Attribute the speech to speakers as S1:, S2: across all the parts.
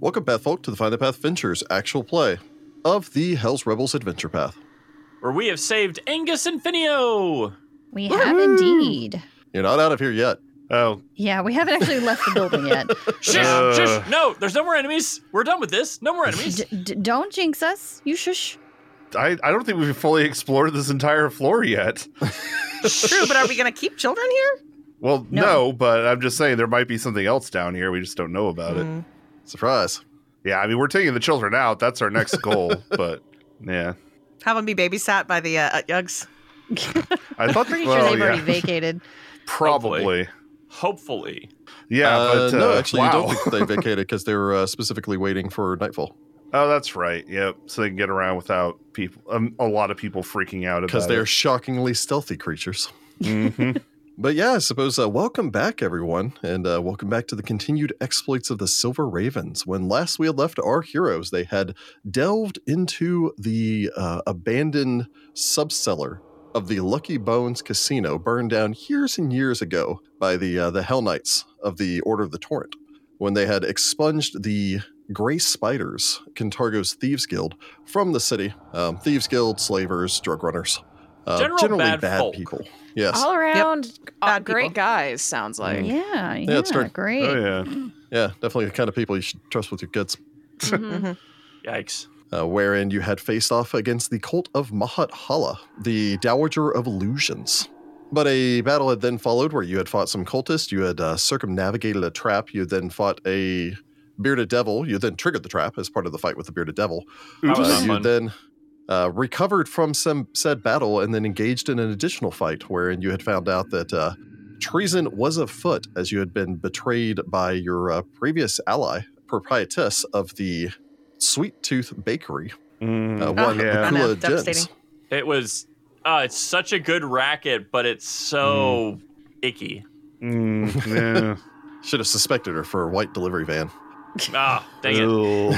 S1: Welcome, Pathfolk, to the Find the Path Ventures actual play of the Hell's Rebels Adventure Path.
S2: where we have saved Angus and Finio.
S3: We have indeed.
S1: You're not out of here yet.
S4: Oh,
S3: Yeah, we haven't actually left the building yet.
S2: Shush,
S4: Uh.
S2: shush. No, there's no more enemies. We're done with this. No more enemies.
S3: D- d- don't jinx us. You shush.
S4: I, I don't think we've fully explored this entire floor yet.
S5: True, but are we going to keep children here?
S4: Well, no.
S3: No.
S4: but I'm just saying there might be something else down here. We just don't know about it.
S5: Mm.
S1: Surprise.
S4: Yeah, I mean, we're taking the children out. That's our next goal. but yeah,
S5: Have them be babysat by the uh, Yuggs.
S4: I thought
S3: Pretty sure
S4: well,
S3: they've
S4: yeah,
S3: already vacated.
S4: probably.
S2: Hopefully.
S4: Yeah,
S1: Uh,
S4: but uh,
S1: no, actually,
S4: wow.
S1: you don't think they vacated because they were uh, specifically waiting for nightfall
S4: oh, that's right. Yep. So they can get around without people, um, a lot of people freaking out about
S1: because they are shockingly stealthy creatures.
S4: hmm
S1: But yeah, I suppose uh, welcome back, everyone, and uh, welcome back to the continued exploits of the Silver Ravens. When last we had left our heroes, they had delved into the uh, abandoned subcellar of the Lucky Bones Casino, burned down years and years ago by the uh, the Hell Knights of the Order of the Torrent. When they had expunged the Gray Spiders, Cantargo's Thieves Guild, from the city, um, Thieves Guild, slavers, drug runners, uh,
S2: General
S1: generally
S2: bad folk.
S1: people. Yes.
S6: All around uh,
S5: Bad people.
S6: great guys, sounds
S1: Mm-hmm.
S6: like.
S3: Yeah, yeah,
S1: it's true.
S3: great.
S4: Oh, yeah.
S1: Yeah, definitely the kind of people you should trust with your guts.
S5: Hmm.
S6: Mhm.
S5: Mm-hmm.
S2: Yikes.
S1: Uh, wherein you had faced off against the cult of Mahat Hala, the Dowager of Illusions. But a battle had then followed where you had fought some cultists, you had uh, circumnavigated a trap, you had then fought a bearded devil, you then triggered the trap as part of the fight with the bearded devil.
S2: That was
S1: Uh,
S2: not
S1: you
S2: fun.
S1: then uh, recovered from some said battle and then engaged in an additional fight wherein you had found out that uh, treason was afoot as you had been betrayed by your uh, previous ally, proprietress of the Sweet Tooth Bakery,
S4: Mm.
S1: uh, one
S4: yeah. I
S1: of
S5: know,
S1: Kula Jens.
S5: devastating.
S2: It was. Uh, it's such a good racket, but it's so
S1: Hmm.
S2: icky.
S4: Mm,
S1: Should have suspected her for a white delivery van.
S2: Ah, dang
S4: yeah.
S2: it.
S4: Ew.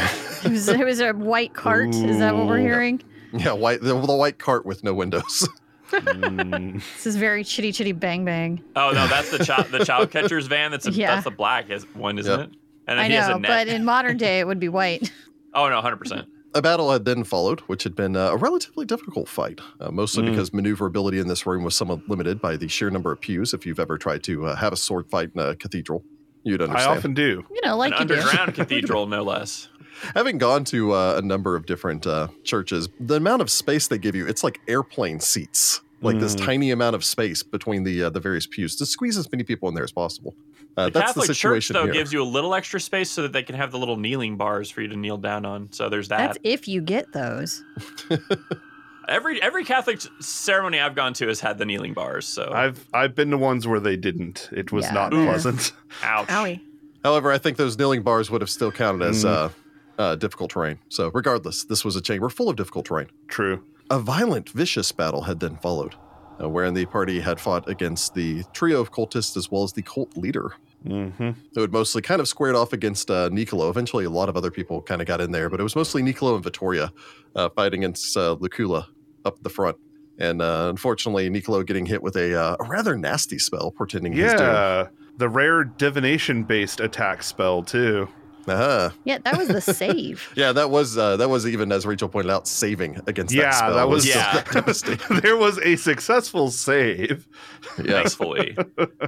S3: It, was, it was a white cart. Is that what we're
S4: Ooh.
S3: hearing?
S1: Yeah, white the, the white cart with no windows.
S4: Mm.
S3: This is very chitty chitty bang bang.
S2: Oh no, that's the child the child catcher's van. That's a,
S3: Yeah.
S2: that's the black is- one, isn't
S1: Yep.
S2: it? And then
S3: I
S2: Uh, he has
S3: know,
S2: a net.
S3: but in modern day, it would be white.
S2: oh no, hundred percent.
S1: A battle had then followed, which had been uh, a relatively difficult fight, uh, mostly
S4: Mm.
S1: because maneuverability in this room was somewhat limited by the sheer number of pews. If you've ever tried to uh, have a sword fight in a cathedral, you'd
S4: I
S1: understand.
S4: often do.
S3: You know, like
S2: An
S3: you do.
S2: underground cathedral, no less.
S1: Having gone to uh, a number of different uh, churches, the amount of space they give you, it's like airplane seats. Like this
S4: Mm.
S1: tiny amount of space between the uh, the various pews to squeeze as many people in there as possible. Uh,
S2: The
S1: that's
S2: Catholic
S1: the
S2: Church
S1: situation
S2: though
S1: here.
S2: gives you a little extra space so that they can have the little kneeling bars for you to kneel down on. So there's that.
S3: That's if you get those.
S2: Every every Catholic c- ceremony I've gone to has had the kneeling bars. So
S4: I've I've been to ones where they didn't. It was
S3: Oh. Yeah,
S4: not
S3: they're-
S4: pleasant.
S2: ouch.
S5: Owie.
S1: However, I think those kneeling bars would have still counted as
S4: Mm.
S1: uh, uh, difficult terrain. So, regardless, this was a chamber full of difficult terrain.
S4: True.
S1: A violent, vicious battle had then followed, uh, wherein the party had fought against the trio of cultists as well as the cult leader,
S4: Mm-hmm.
S1: who had mostly kind of squared off against uh, Nicolo. Eventually, a lot of other people kind of got in there, but it was mostly Nicolo and Vittoria uh, fighting against uh, Lucula up the front. And uh, unfortunately, Nicolo getting hit with a, uh, a rather nasty spell, pretending he's doing.
S4: Yeah, the rare divination-based attack spell too.
S1: Uh-huh.
S3: Yeah, that was the save.
S1: Yeah, that was uh, that was even as Rachel pointed out, saving against
S4: Yeah,
S1: that spell.
S4: that was-
S2: Yeah.
S1: devastating.
S4: there was a successful save.
S1: yes,
S2: Thankfully,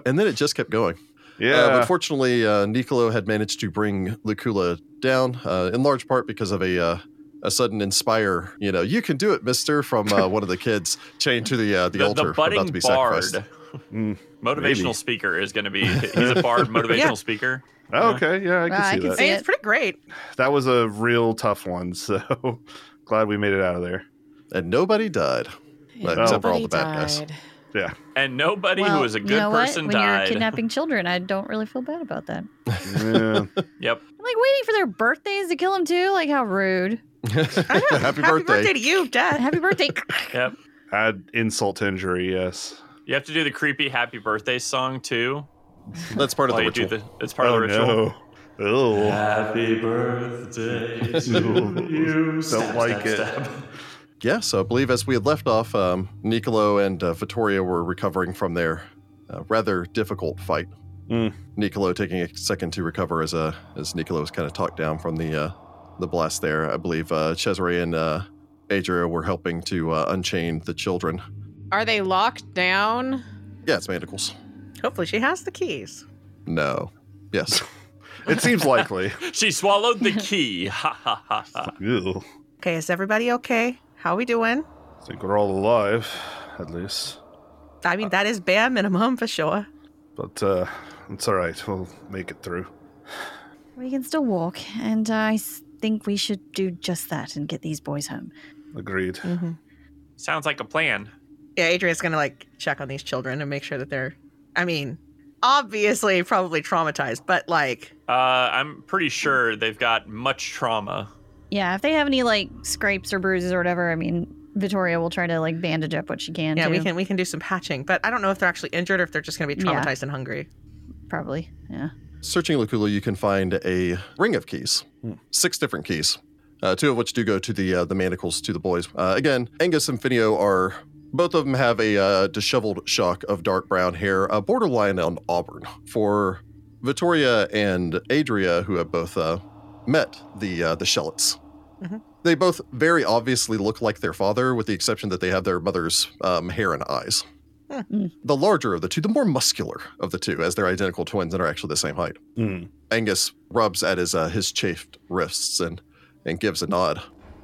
S1: and then it just kept going.
S4: Yeah,
S1: Um, unfortunately, uh, Nicolo had managed to bring Lucula down, uh, in large part because of a uh, a sudden inspire. You know, you can do it, Mister, from uh, one of the kids chained to the uh, the,
S2: the,
S1: altar,
S2: the budding
S1: about to be
S2: bard,
S1: sacrificed.
S4: Mm,
S2: motivational
S4: maybe.
S2: speaker is going to be. He's a bard motivational
S5: Yeah.
S2: speaker.
S4: Oh, okay, yeah, I
S3: Well, I
S4: can see
S3: can
S4: that.
S5: I mean,
S3: Yeah.
S5: it's pretty great.
S4: That was a real tough one. So glad we made it out of there.
S1: and nobody died. But except for all the bad guys.
S4: Yeah.
S2: And nobody
S3: well,
S2: who is a good
S3: you know
S2: person
S3: what? When
S2: died.
S3: you're kidnapping children, I don't really feel bad about that. I'm
S4: Yeah.
S2: Yep.
S3: like waiting for their birthdays to kill them too. Like how rude.
S5: I know.
S1: Happy birthday.
S5: birthday to you, Dad.
S3: Happy birthday.
S2: Yep.
S4: Add insult to injury. Yes.
S2: You have to do the creepy happy birthday song too.
S1: That's part of
S2: While
S1: the
S2: you do
S1: ritual.
S2: the, it's part
S4: oh
S2: of the ritual.
S4: no. Ew.
S2: Happy birthday
S4: to you. Don't like it.
S1: yeah, so I believe as we had left off, um, Nicolo and uh, Vittoria were recovering from their uh, rather difficult fight.
S4: Mm.
S1: Nicolo taking a second to recover as uh, as Nicolo was kind of talked down from the uh, the blast there. I believe uh, Cesare and uh, Adria were helping to uh, unchain the children.
S6: Are they locked down?
S1: Yeah, it's manacles.
S5: Hopefully, she has the keys.
S1: No. Yes.
S4: It seems likely.
S2: She swallowed the key. Ha ha ha ha.
S4: Ew.
S5: Okay, is everybody okay? How we doing?
S4: I think we're all alive, at least.
S5: I mean, that is bare minimum for sure.
S4: But uh, it's all right. We'll make it through.
S3: We can still walk, and I s- think we should do just that and get these boys home.
S4: Agreed.
S5: Mm-hmm.
S2: Sounds like a plan.
S5: Yeah, Adrian's gonna like check on these children and make sure that they're. I mean, obviously, probably traumatized, but like,
S2: Uh, I'm pretty sure they've got much trauma.
S3: Yeah, if they have any like scrapes or bruises or whatever, I mean, Vittoria will try to like bandage up what she can.
S5: yeah, we
S3: too,
S5: can we can do some patching, but I don't know if they're actually injured or if they're just gonna be
S3: Yeah.
S5: traumatized and hungry.
S3: probably. Yeah.
S1: Searching Lacula, you can find a ring of keys, six different keys, uh, two of which do go to the uh, the manacles to the boys. Uh, again, Angus and Finio are both of them have a uh, disheveled shock of dark brown hair, uh, borderline on auburn. For Vittoria and Adria, who have both uh, met the uh, the Shellets.
S5: Mhm.
S1: They both very obviously look like their father, with the exception that they have their mother's um, hair and eyes.
S5: Hmm.
S3: Mm.
S1: The larger of the two, the more muscular of the two, as they're identical twins and are actually the same height.
S4: Mm.
S1: Angus rubs at his uh, his chafed wrists and and gives a nod.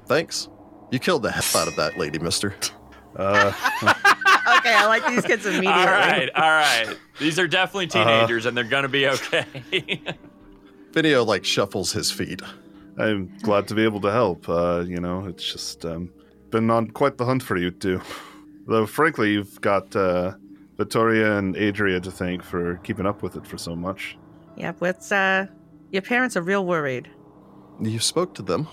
S1: Thanks. You killed the hell out of that lady, Mister.
S4: Uh,
S5: okay, I like these kids immediately.
S2: All right, all right. These are definitely
S1: Uh-huh.
S2: teenagers, and they're gonna be okay.
S1: Finio like shuffles his feet.
S4: I'm glad to be able to help. Uh, you know, it's just um, been on quite the hunt for you two. Though, frankly, you've got uh, Vittoria and Adria to thank for keeping up with it for so much.
S5: Yep, what's uh, your parents are real worried.
S1: You spoke to them.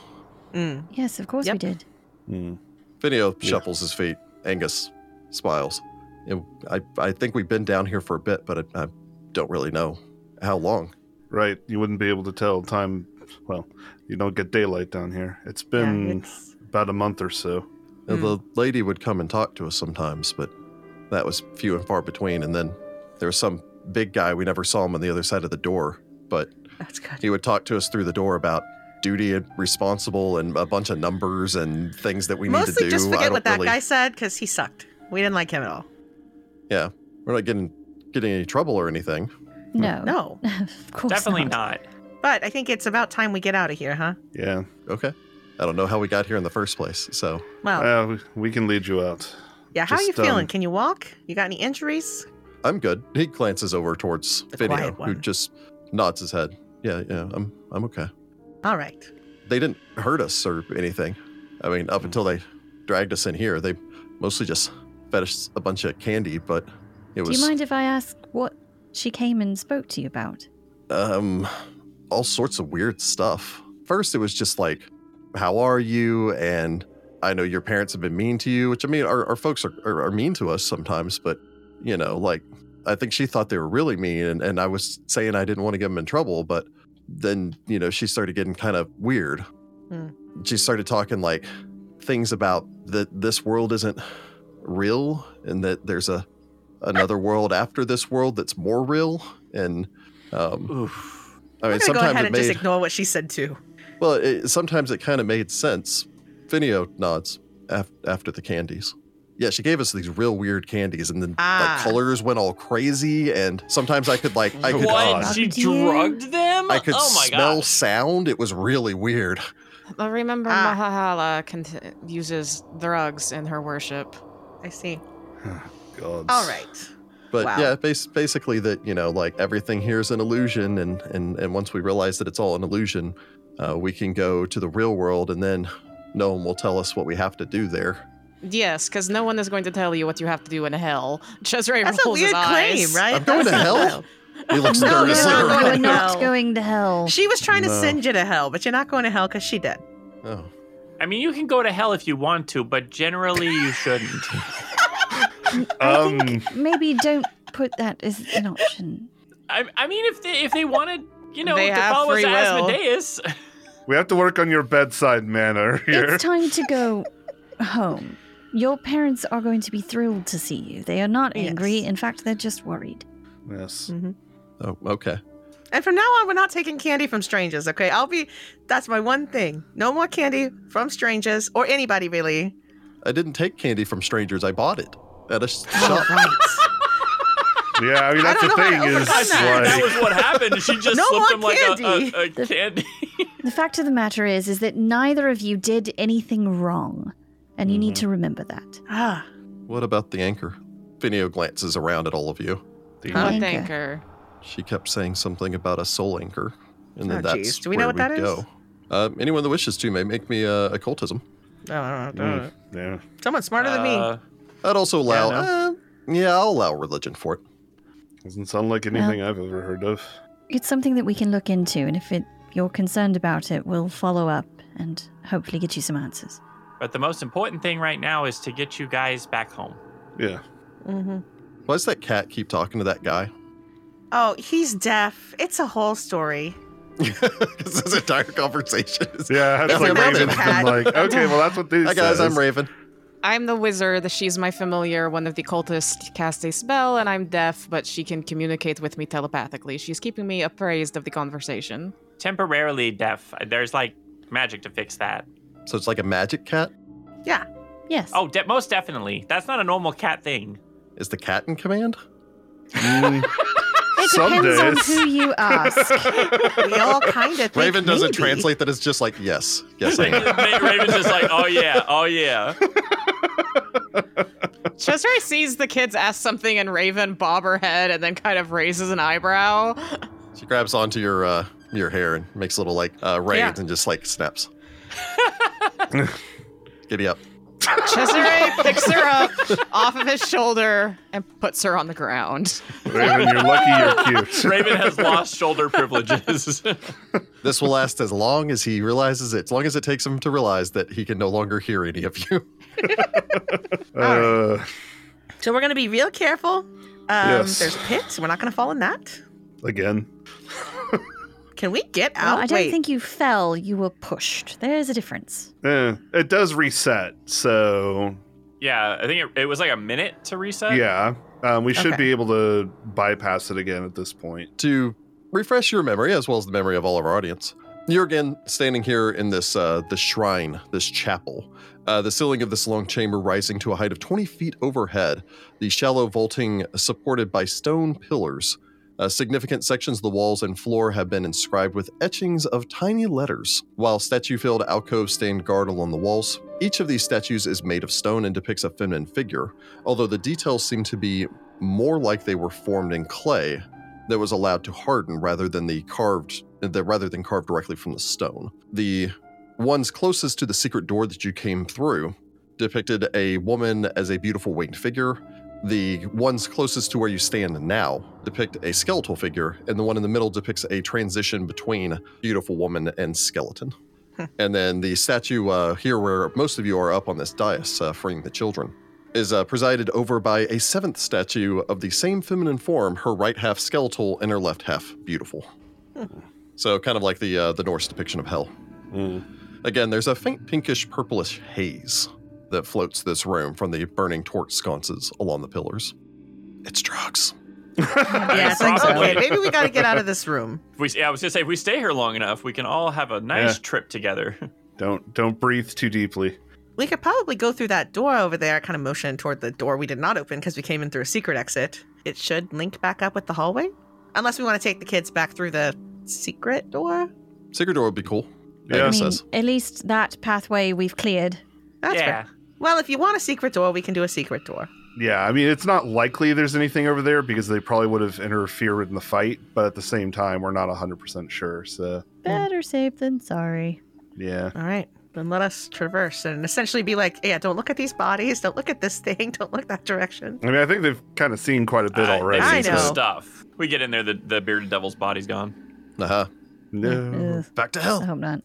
S5: Mm.
S3: Yes, of course we
S5: Yep.
S3: did.
S4: Mm.
S1: Finio
S4: Yeah.
S1: shuffles his feet. Angus smiles. "You know, I I think we've been down here for a bit, but I, I don't really know how long.
S4: Right, you wouldn't be able to tell time. Well, you don't get daylight down here. It's been
S5: Yeah, it's,
S4: about a month or so.
S1: You know, The lady would come and talk to us sometimes, but that was few and far between. And then there was some big guy we never saw him on the other side of the door, but
S5: that's good.
S1: He would talk to us through the door about duty and responsible and a bunch of numbers and things that we need to
S5: Mostly
S1: do.
S5: just
S1: I
S5: forget
S1: don't
S5: what that
S1: really,
S5: guy said because he sucked. We didn't like him at all.
S1: We're not getting getting any trouble or anything. Oh.
S3: No.
S5: No,
S3: of course
S2: definitely not.
S5: but I think it's about time we get out of here, huh?
S4: Yeah,
S1: Okay. I don't know how we got here in the first place. So
S5: Well,
S4: uh, we, we can lead you out.
S5: yeah. How are you
S4: just, um,
S5: feeling? Can you walk? You got any injuries?
S1: I'm good. He glances over towards
S5: The
S1: Video,
S5: quiet
S1: who
S5: one.
S1: just nods his head. Yeah, yeah, I'm I'm okay.
S5: All right.
S1: They didn't hurt us or anything. I mean,
S5: Hmm.
S1: up until they dragged us in here, they mostly just fed us a bunch of candy, but it
S3: Do
S1: was
S3: you mind if I ask what she came and spoke to you about?
S1: um all sorts of weird stuff. First it was just like, How are you? And I know your parents have been mean to you, which I mean our, our folks are, are, are mean to us sometimes, but you know, like I think she thought they were really mean and, and I was saying I didn't want to get them in trouble, but then, you know, she started getting kind of weird.
S5: Hmm.
S1: She started talking like things about that this world isn't real and that there's a another world after this world that's more real and um,
S2: Oof.
S1: I mean,
S5: We're gonna go
S1: sometimes
S5: ahead
S1: it
S5: and just
S1: made
S5: ignore what she said too.
S1: well. It, sometimes it kind of made sense. Finio nods af- after the candies. Yeah, she gave us these real weird candies, and then
S5: Ah.
S1: like colors went all crazy. And sometimes I could like I could
S2: What?
S1: uh,
S2: She
S3: Drugged you?
S2: drugged them?
S1: I could
S2: oh my
S1: smell
S2: god.
S1: sound. It was really weird.
S6: I remember
S5: Ah.
S6: Mahahala cont- uses drugs in her worship.
S5: I see.
S4: Gods.
S5: All right.
S1: But
S5: Wow.
S1: yeah, bas- basically that you know like everything here is an illusion, and and and once we realize that it's all an illusion, uh, we can go to the real world, and then no one will tell us what we have to do there.
S6: Yes, because no one is going to tell you what you have to do in hell. Cesare
S5: That's a
S6: rolls
S5: weird
S6: his
S5: claim,
S6: eyes.
S5: right?
S1: I'm going to
S5: That's-
S1: hell. He looks
S5: No,
S3: no,
S5: you're
S1: nervously
S5: not
S1: around.
S5: going
S3: you are
S5: to
S3: not
S5: hell.
S3: going to hell.
S5: She was trying to
S4: No.
S5: send you to hell, but you're not going to hell because she did.
S1: Oh.
S2: I mean, you can go to hell if you want to, but generally you shouldn't.
S4: Um,
S3: Maybe don't put that as an option.
S2: I, I mean, if they if they wanted, you know,
S6: They
S2: to
S6: have
S2: follow us
S6: free
S2: to
S6: will.
S2: Asmodeus,
S4: we have to work on your bedside manner here.
S3: It's time to go home. Your parents are going to be thrilled to see you. They are not angry.
S5: Yes.
S3: In fact, they're just worried.
S4: yes.
S5: Mhm.
S1: Oh, okay.
S5: And from now on, we're not taking candy from strangers, okay? I'll be, that's my one thing. No more candy from strangers or anybody really.
S1: I didn't take candy from strangers. I bought it at a s-
S5: All
S1: shop.
S5: right.
S4: Yeah, I mean
S5: I
S4: that's the
S5: don't know how to
S4: thing is
S5: overcome that.
S2: that
S4: like
S2: was what happened. She just
S5: No
S2: slipped
S5: more
S2: him like
S5: candy.
S2: A, a, a candy.
S3: The fact of the matter is, is that neither of you did anything wrong, and you need to remember that.
S5: Ah,
S1: What about the anchor? Finio glances around at all of you.
S4: the-
S5: Huh?
S6: What
S3: Anchor.
S6: anchor?
S1: She kept saying something about a soul anchor, and then
S5: Oh,
S1: that's
S5: geez. Do we
S1: where
S5: know what that
S1: we
S5: is?
S1: go. Uh, anyone that wishes to may make me uh, occultism.
S5: no, no, no, no.
S4: Mm, yeah.
S5: Someone smarter than me.
S2: Uh,
S1: I'd also allow.
S2: Yeah,
S1: Yeah, uh, yeah I'll allow religion for it.
S4: Doesn't sound like anything I've ever heard of.
S3: It's something that we can look into, and if it, you're concerned about it, we'll follow up and hopefully get you some answers.
S2: but the most important thing right now is to get you guys back home.
S4: Yeah.
S3: Mm-hmm.
S5: hmm
S1: Why does that cat keep talking to that guy?
S5: Oh, he's deaf. It's a whole story.
S1: 'Cause this entire conversation is.
S4: Yeah, that's
S1: That's
S4: like
S1: another
S4: Raven's
S5: cat.
S4: been like, okay, well that's what these
S1: Hi guys,
S4: says."
S1: I'm Raven.
S6: I'm the wizard. She's my familiar. One of the cultists cast a spell, and I'm deaf, but she can communicate with me telepathically. She's keeping me appraised of the conversation.
S2: Temporarily deaf. There's like magic to fix that.
S1: So it's like a magic cat.
S3: Yes.
S2: Oh, de- most definitely. That's not a normal cat thing.
S1: Is the cat in command?
S4: Mm,
S3: it
S4: some
S3: depends on
S4: days.
S3: who you ask.
S5: We all kind of think
S1: Raven doesn't
S5: maybe.
S1: translate that. It's just like yes, yes. I am.
S2: Raven's just like, oh yeah, oh yeah.
S6: Chester sees the kids ask something, and Raven bob her head and then kind of raises an eyebrow.
S1: She grabs onto your uh, your hair and makes little like uh, reins
S5: Yeah.
S1: and just like snaps. Giddy up.
S6: Chester picks her up off of his shoulder and puts her on the ground.
S4: Raven, you're lucky you're cute.
S2: Raven has lost shoulder privileges.
S1: This will last as long as he realizes it, as long as it takes him to realize that he can no longer hear any of you.
S4: Uh,
S5: So we're going to be real careful. Um,
S4: Yes.
S5: There's pits. We're not going to fall in that.
S4: again.
S5: Can we get
S3: Well,
S5: out?
S3: I don't
S5: Wait.
S3: think you fell, you were pushed. There's a difference.
S4: Eh, it does reset, so
S2: yeah, I think it, it was like a minute to reset.
S4: yeah. Um, we should
S5: Okay.
S4: be able to bypass it again at this point.
S1: To refresh your memory, as well as the memory of all of our audience, you're again standing here in this uh, this shrine, this chapel. Uh, the ceiling of this long chamber rising to a height of 20 feet overhead. The shallow vaulting supported by stone pillars. Uh, significant sections of the walls and floor have been inscribed with etchings of tiny letters, while statue filled alcoves stand guard along the walls. Each of these statues is made of stone and depicts a feminine figure, although the details seem to be more like they were formed in clay that was allowed to harden rather than the carved the, rather than carved directly from the stone. The ones closest to the secret door that you came through depicted a woman as a beautiful winged figure, the ones closest to where you stand now depict a skeletal figure, and the one in the middle depicts a transition between beautiful woman and skeleton. and then the statue uh, here, where most of you are up on this dais, uh, freeing the children, is uh, presided over by a seventh statue of the same feminine form, her right half skeletal and her left half beautiful. so, kind of like the uh, the Norse depiction of hell.
S4: Mm.
S1: Again, there's a faint pinkish purplish haze that floats this room from the burning torch sconces along the pillars. It's drugs.
S5: Yeah, I think so.
S2: Probably.
S5: Okay, maybe we got to get out of this room.
S2: If we, yeah, I was gonna say if we stay here long enough, we can all have a nice
S4: Yeah.
S2: trip together.
S4: Don't don't breathe too deeply.
S5: We could probably go through that door over there. I kind of motion toward the door we did not open because we came in through a secret exit. It should link back up with the hallway, unless we want to take the kids back through the secret door.
S1: Secret door would be cool.
S4: Yeah,
S3: I
S1: Megan
S3: mean,
S1: says.
S3: at least that pathway we've cleared.
S5: That's
S2: yeah.
S5: fair. Well, if you want a secret door, we can do a secret door.
S4: Yeah, I mean it's not likely there's anything over there because they probably would have interfered in the fight, but at the same time we're not 100% sure. So,
S3: Better safe than sorry.
S4: yeah.
S5: All right, then let us traverse and essentially be like, yeah, don't look at these bodies, don't look at this thing, don't look that direction.
S4: I mean, I think they've kind of seen quite a bit
S2: Uh,
S4: already.
S2: they've seen
S5: I
S2: some
S5: know.
S4: but-
S2: Stuff. We get in there, the, the bearded devil's body's gone.
S1: Uh-huh.
S4: No.
S3: Ugh,
S1: Back to
S3: I
S5: Oh.
S1: hell.
S3: hope not.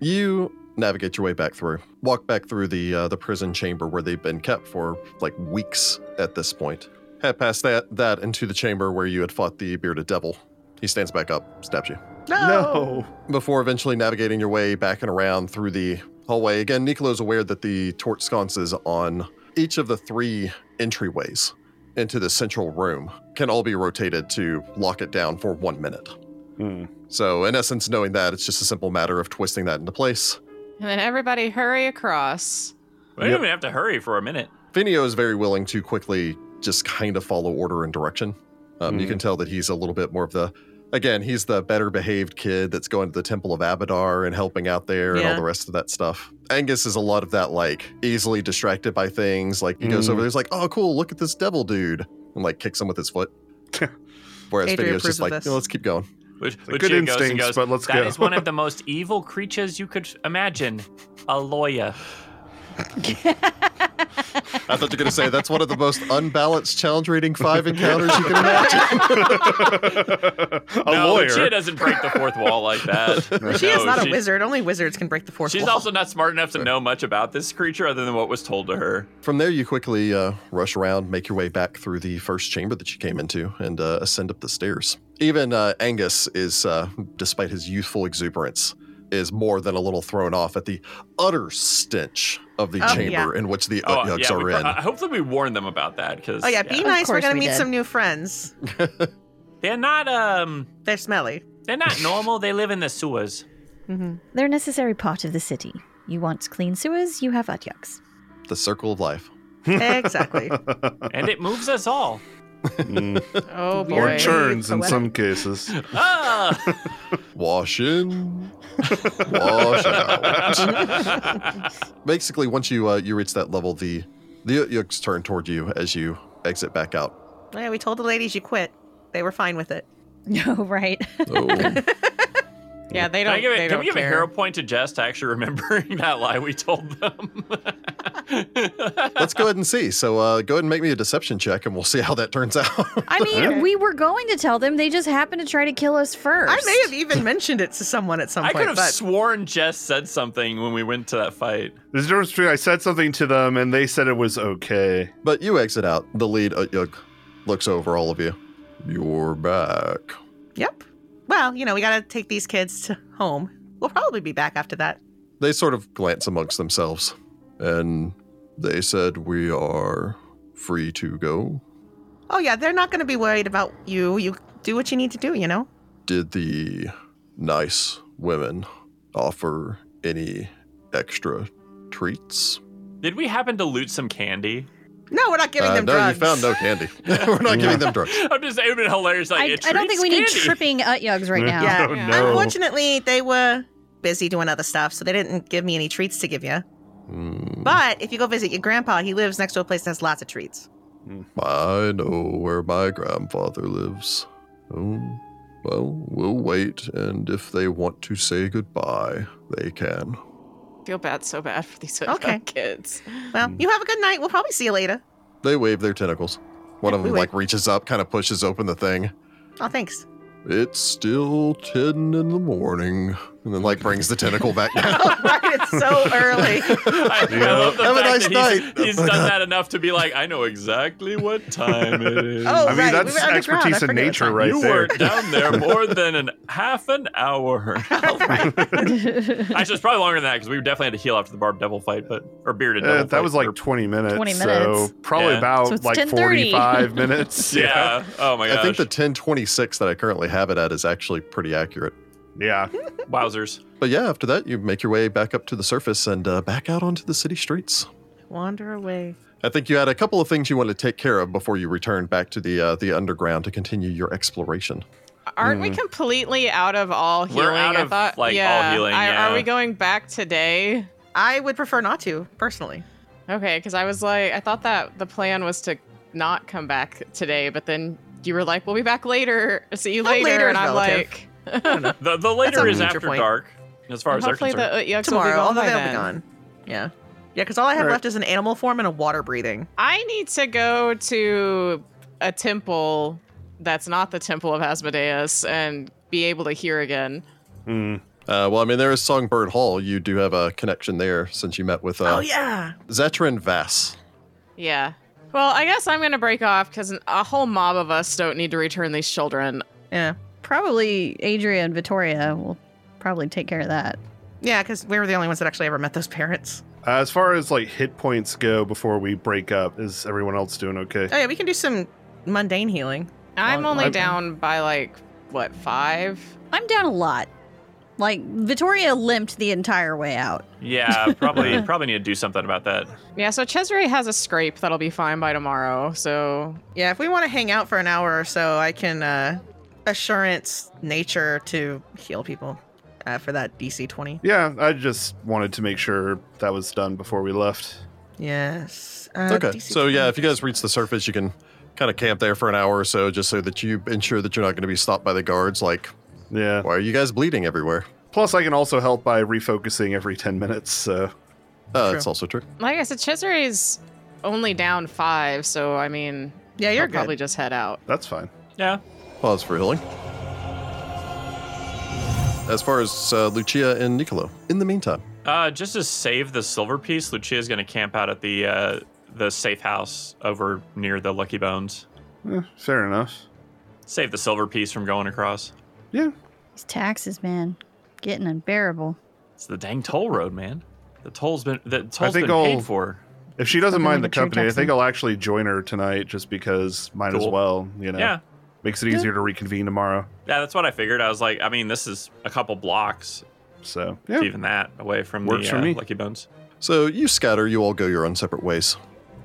S1: You navigate your way back through. Walk back through the uh, the prison chamber where they've been kept for like weeks at this point. Head past that that into the chamber where you had fought the bearded devil. He stands back up, stabs you.
S4: No.
S1: before eventually navigating your way back and around through the hallway. Again, Nicolo's aware that the torch sconces on each of the three entryways into the central room can all be rotated to lock it down for one minute.
S4: Hmm.
S1: So, in essence, knowing that, it's just a simple matter of twisting that into place.
S6: And then everybody hurry across.
S2: We don't
S4: Yep.
S2: even have to hurry for a minute.
S1: Finio is very willing to quickly just kind of follow order and direction. Um, You
S4: Mhm.
S5: Mm-hmm.
S1: can tell that he's a little bit more of the, again, he's the better behaved kid that's going to the Temple of Abadar and helping out there and all
S5: Yeah.
S1: the rest of that stuff. Angus is a lot of that, like, easily distracted by things. Like, he goes
S4: Mhm.
S5: Mm.
S1: over there, he's like, oh, cool, look at this devil dude, and like kicks him with his foot. Whereas
S5: Adrian
S1: Finio's
S5: approves
S1: just
S5: of
S1: like,
S5: this.
S1: "No, let's keep going.
S2: Which,
S4: It's like good
S2: Lucia goes and
S4: instincts,
S2: goes,
S4: but let's
S2: That
S4: go.
S2: is one of the most evil creatures you could imagine. A lawyer.
S1: I thought you were going to say that's one of the most unbalanced challenge rating five encounters you can imagine.
S4: a
S2: no,
S4: lawyer.
S2: Lucia doesn't break the fourth wall like that.
S5: She is
S2: No,
S5: not
S2: she-
S5: a wizard. Only wizards can break the fourth
S2: She's
S5: wall.
S2: also not smart enough to know much about this creature other than what was told to her.
S1: From there, you quickly uh, rush around, make your way back through the first chamber that you came into, and uh, ascend up the stairs. Even uh, Angus is, uh, despite his youthful exuberance, is more than a little thrown off at the utter stench of the
S5: Oh,
S1: chamber in which the
S2: Oh,
S1: Utyugs
S2: yeah,
S1: are
S2: we,
S1: in.
S2: pro- uh, hopefully we warned them about that because
S5: oh yeah, be
S3: Of
S5: nice. We're
S3: course
S5: gonna
S3: we
S5: meet
S3: did.
S5: some new friends.
S2: they're not um
S5: They're smelly.
S2: they're not normal. they live in the sewers.
S3: They're a necessary part of the city. You want clean sewers, you have Utyugs.
S1: the circle of life.
S5: exactly.
S2: and it moves us all.
S4: Mm.
S6: Oh boy.
S4: Or churns in
S5: Poetic.
S4: some cases.
S2: Ah!
S1: Wash in, wash out. Basically, once you uh, you reach that level, the the Utyugs turn toward you as you exit back out.
S5: yeah, we told the ladies you quit. They were fine with it.
S3: No, right.
S1: Oh.
S6: Yeah, they
S2: Can,
S6: don't.
S2: I give,
S6: they
S2: it, can
S6: don't
S2: we give a
S6: care.
S2: hero point to Jess to actually remembering that lie we told them?
S1: Let's go ahead and see. So uh, go ahead and make me a deception check, and we'll see how that turns out.
S3: I mean, we were going to tell them. They just happened to try to kill us first.
S5: I may have even mentioned it to someone at some
S2: I could
S5: point,
S2: have
S5: but
S2: sworn Jess said something when we went to that fight.
S4: There's a difference between I said something to them and they said it was okay.
S1: but you exit out. The lead uh, Yug looks over all of you. You're back.
S5: yep. Well, you know, we gotta take these kids to home. We'll probably be back after that.
S1: They sort of glance amongst themselves, and they said we are free to go.
S5: Oh yeah, they're not gonna be worried about you. You do what you need to do. You know.
S1: Did the nice women offer any extra treats?
S2: Did we happen to loot some candy?
S5: No, we're not giving
S1: Uh,
S5: them
S1: no,
S5: drugs.
S1: you found no candy. We're not giving them drugs.
S2: I'm just, it would have been hilarious. Like,
S3: I,
S2: it
S3: I don't
S2: treats
S3: think we need
S2: candy.
S3: tripping Utyugs right now.
S5: Yeah.
S4: Oh,
S6: Yeah.
S4: no.
S5: Unfortunately, they were busy doing other stuff, so they didn't give me any treats to give
S4: Mm.
S5: you.
S1: Hmm,
S5: But if you go visit your grandpa, he lives next to a place that has lots of treats.
S1: I know where my grandfather lives. Oh, well, we'll wait, and if they want to say goodbye, they can.
S6: Feel bad, so bad for these
S5: Okay.
S6: okay. kids.
S5: Well,
S4: Mm.
S5: you have a good night. We'll probably see you later.
S1: They wave their tentacles. One of
S5: We
S1: them like reaches up, kind of pushes open the thing.
S5: Oh, thanks.
S1: It's still ten in the morning, and then like brings the tentacle back
S2: Oh
S1: down.
S5: Oh, right, it's so early.
S2: I, I love the
S1: Have a nice
S2: fact that he's-
S1: night.
S2: He's, done that enough to be like, I know exactly what time it is.
S5: Oh,
S4: I mean,
S5: right.
S4: that's
S5: we were underground.
S4: expertise
S5: I
S4: in
S5: forget what
S4: nature
S5: time.
S4: right
S2: you
S4: there.
S2: were down there more than an half an hour. Actually, it's probably longer than that because we definitely had to heal after the Barb Devil fight, but or bearded.
S4: Uh,
S2: devil
S4: that
S2: fight,
S4: was like
S2: or-
S4: 20 minutes.
S3: 20
S4: So
S3: minutes.
S4: probably
S2: Yeah.
S4: about
S3: So it's
S4: like
S3: 10:30.
S4: 45 minutes.
S2: yeah. Oh my gosh.
S1: I think the ten twenty six that I currently have it at is actually pretty accurate.
S4: Yeah. Yeah.
S2: Wowzers.
S1: But yeah, after that, you make your way back up to the surface and uh, back out onto the city streets.
S5: Wander away.
S1: I think you had a couple of things you wanted to take care of before you returned back to the uh, the underground to continue your exploration.
S6: Aren't we completely out of all healing?
S2: We're out
S6: I
S2: of,
S6: thought,
S2: like, all
S6: yeah.
S2: healing,
S6: I-
S2: yeah.
S6: Are we going back today?
S5: I would prefer not to, personally.
S6: Okay, because I was like, I thought that the plan was to not come back today, but then you were like, we'll be back later. See you
S5: Well,
S6: later.
S5: later
S6: and
S5: is
S6: I'm
S5: relative.
S6: like,
S2: The the later
S5: a
S2: is
S5: major
S2: after
S5: point.
S2: dark, as far as they're
S6: hopefully the uh,
S2: concerned.
S6: Utyugs will be
S5: Tomorrow,
S6: gone
S5: although
S6: by
S5: they'll
S6: then.
S5: be gone. Yeah. Yeah, because all I have
S4: Alright.
S5: left is an animal form and a water breathing.
S6: I need to go to a temple that's not the temple of Asmodeus and be able to hear again.
S4: Mm.
S1: Uh, well, I mean, there is Songbird Hall. You do have a connection there since you met with uh,
S5: oh, yeah.
S1: Zetran Vass.
S6: Yeah. Well, I guess I'm gonna break off because a whole mob of us don't need to return these children.
S5: Yeah.
S3: Probably Adria and Vittoria will probably take care of that.
S5: Yeah, because we were the only ones that actually ever met those parents.
S4: As far as like hit points go before we break up, is everyone else doing okay?
S5: Oh yeah, we can do some mundane healing.
S6: I'm
S5: Well,
S6: only
S4: I-
S6: down by like what five?
S3: I'm down a lot. Like Vittoria limped the entire way out.
S2: Yeah, probably probably need to do something about that.
S6: Yeah, so Cesare has a scrape that'll be fine by tomorrow. So
S5: Yeah, if we want to hang out for an hour or so, I can uh, assurance nature to heal people uh, for that DC twenty.
S4: Yeah, I just wanted to make sure that was done before we left.
S5: Yes. Uh,
S1: Okay.
S5: DC
S1: So yeah,
S5: 20.
S1: if you guys reach the surface, you can kind of camp there for an hour or so, just so that you ensure that you're not going to be stopped by the guards. Like,
S4: Yeah.
S1: why are you guys bleeding everywhere?
S4: Plus, I can also help by refocusing every 10 minutes. So,
S1: Uh,
S5: True.
S1: that's also true.
S6: like I said, Cesare's only down five. So I mean,
S5: yeah, you're
S6: I'll probably
S5: good.
S6: just head out.
S4: that's fine.
S2: Yeah.
S1: Pause for healing. As far as uh, Lucia and Niccolo, in the meantime,
S2: Uh, just to save the silver piece, Lucia's gonna camp out at the uh, the safe house over near the Lucky Bones.
S4: Eh, fair enough.
S2: Save the silver piece from going across.
S4: Yeah.
S3: These taxes, man, getting unbearable.
S2: It's the dang toll road, man. The toll's been the toll's
S4: think
S2: been
S4: I'll-
S2: paid for.
S4: If she doesn't
S3: Something
S4: mind the
S3: like a true
S4: company, I think
S3: Texan.
S4: I'll actually join her tonight just because might as
S2: Cool.
S4: well, you know.
S2: Yeah.
S4: Makes it easier to reconvene tomorrow.
S2: Yeah, that's what I figured. I was like, I mean, this is a couple blocks,
S4: So,
S2: if
S4: yeah.
S2: even that, away from
S4: Works
S2: the
S4: for
S2: uh,
S4: me.
S2: Lucky Bones.
S1: so you scatter, you all go your own separate ways.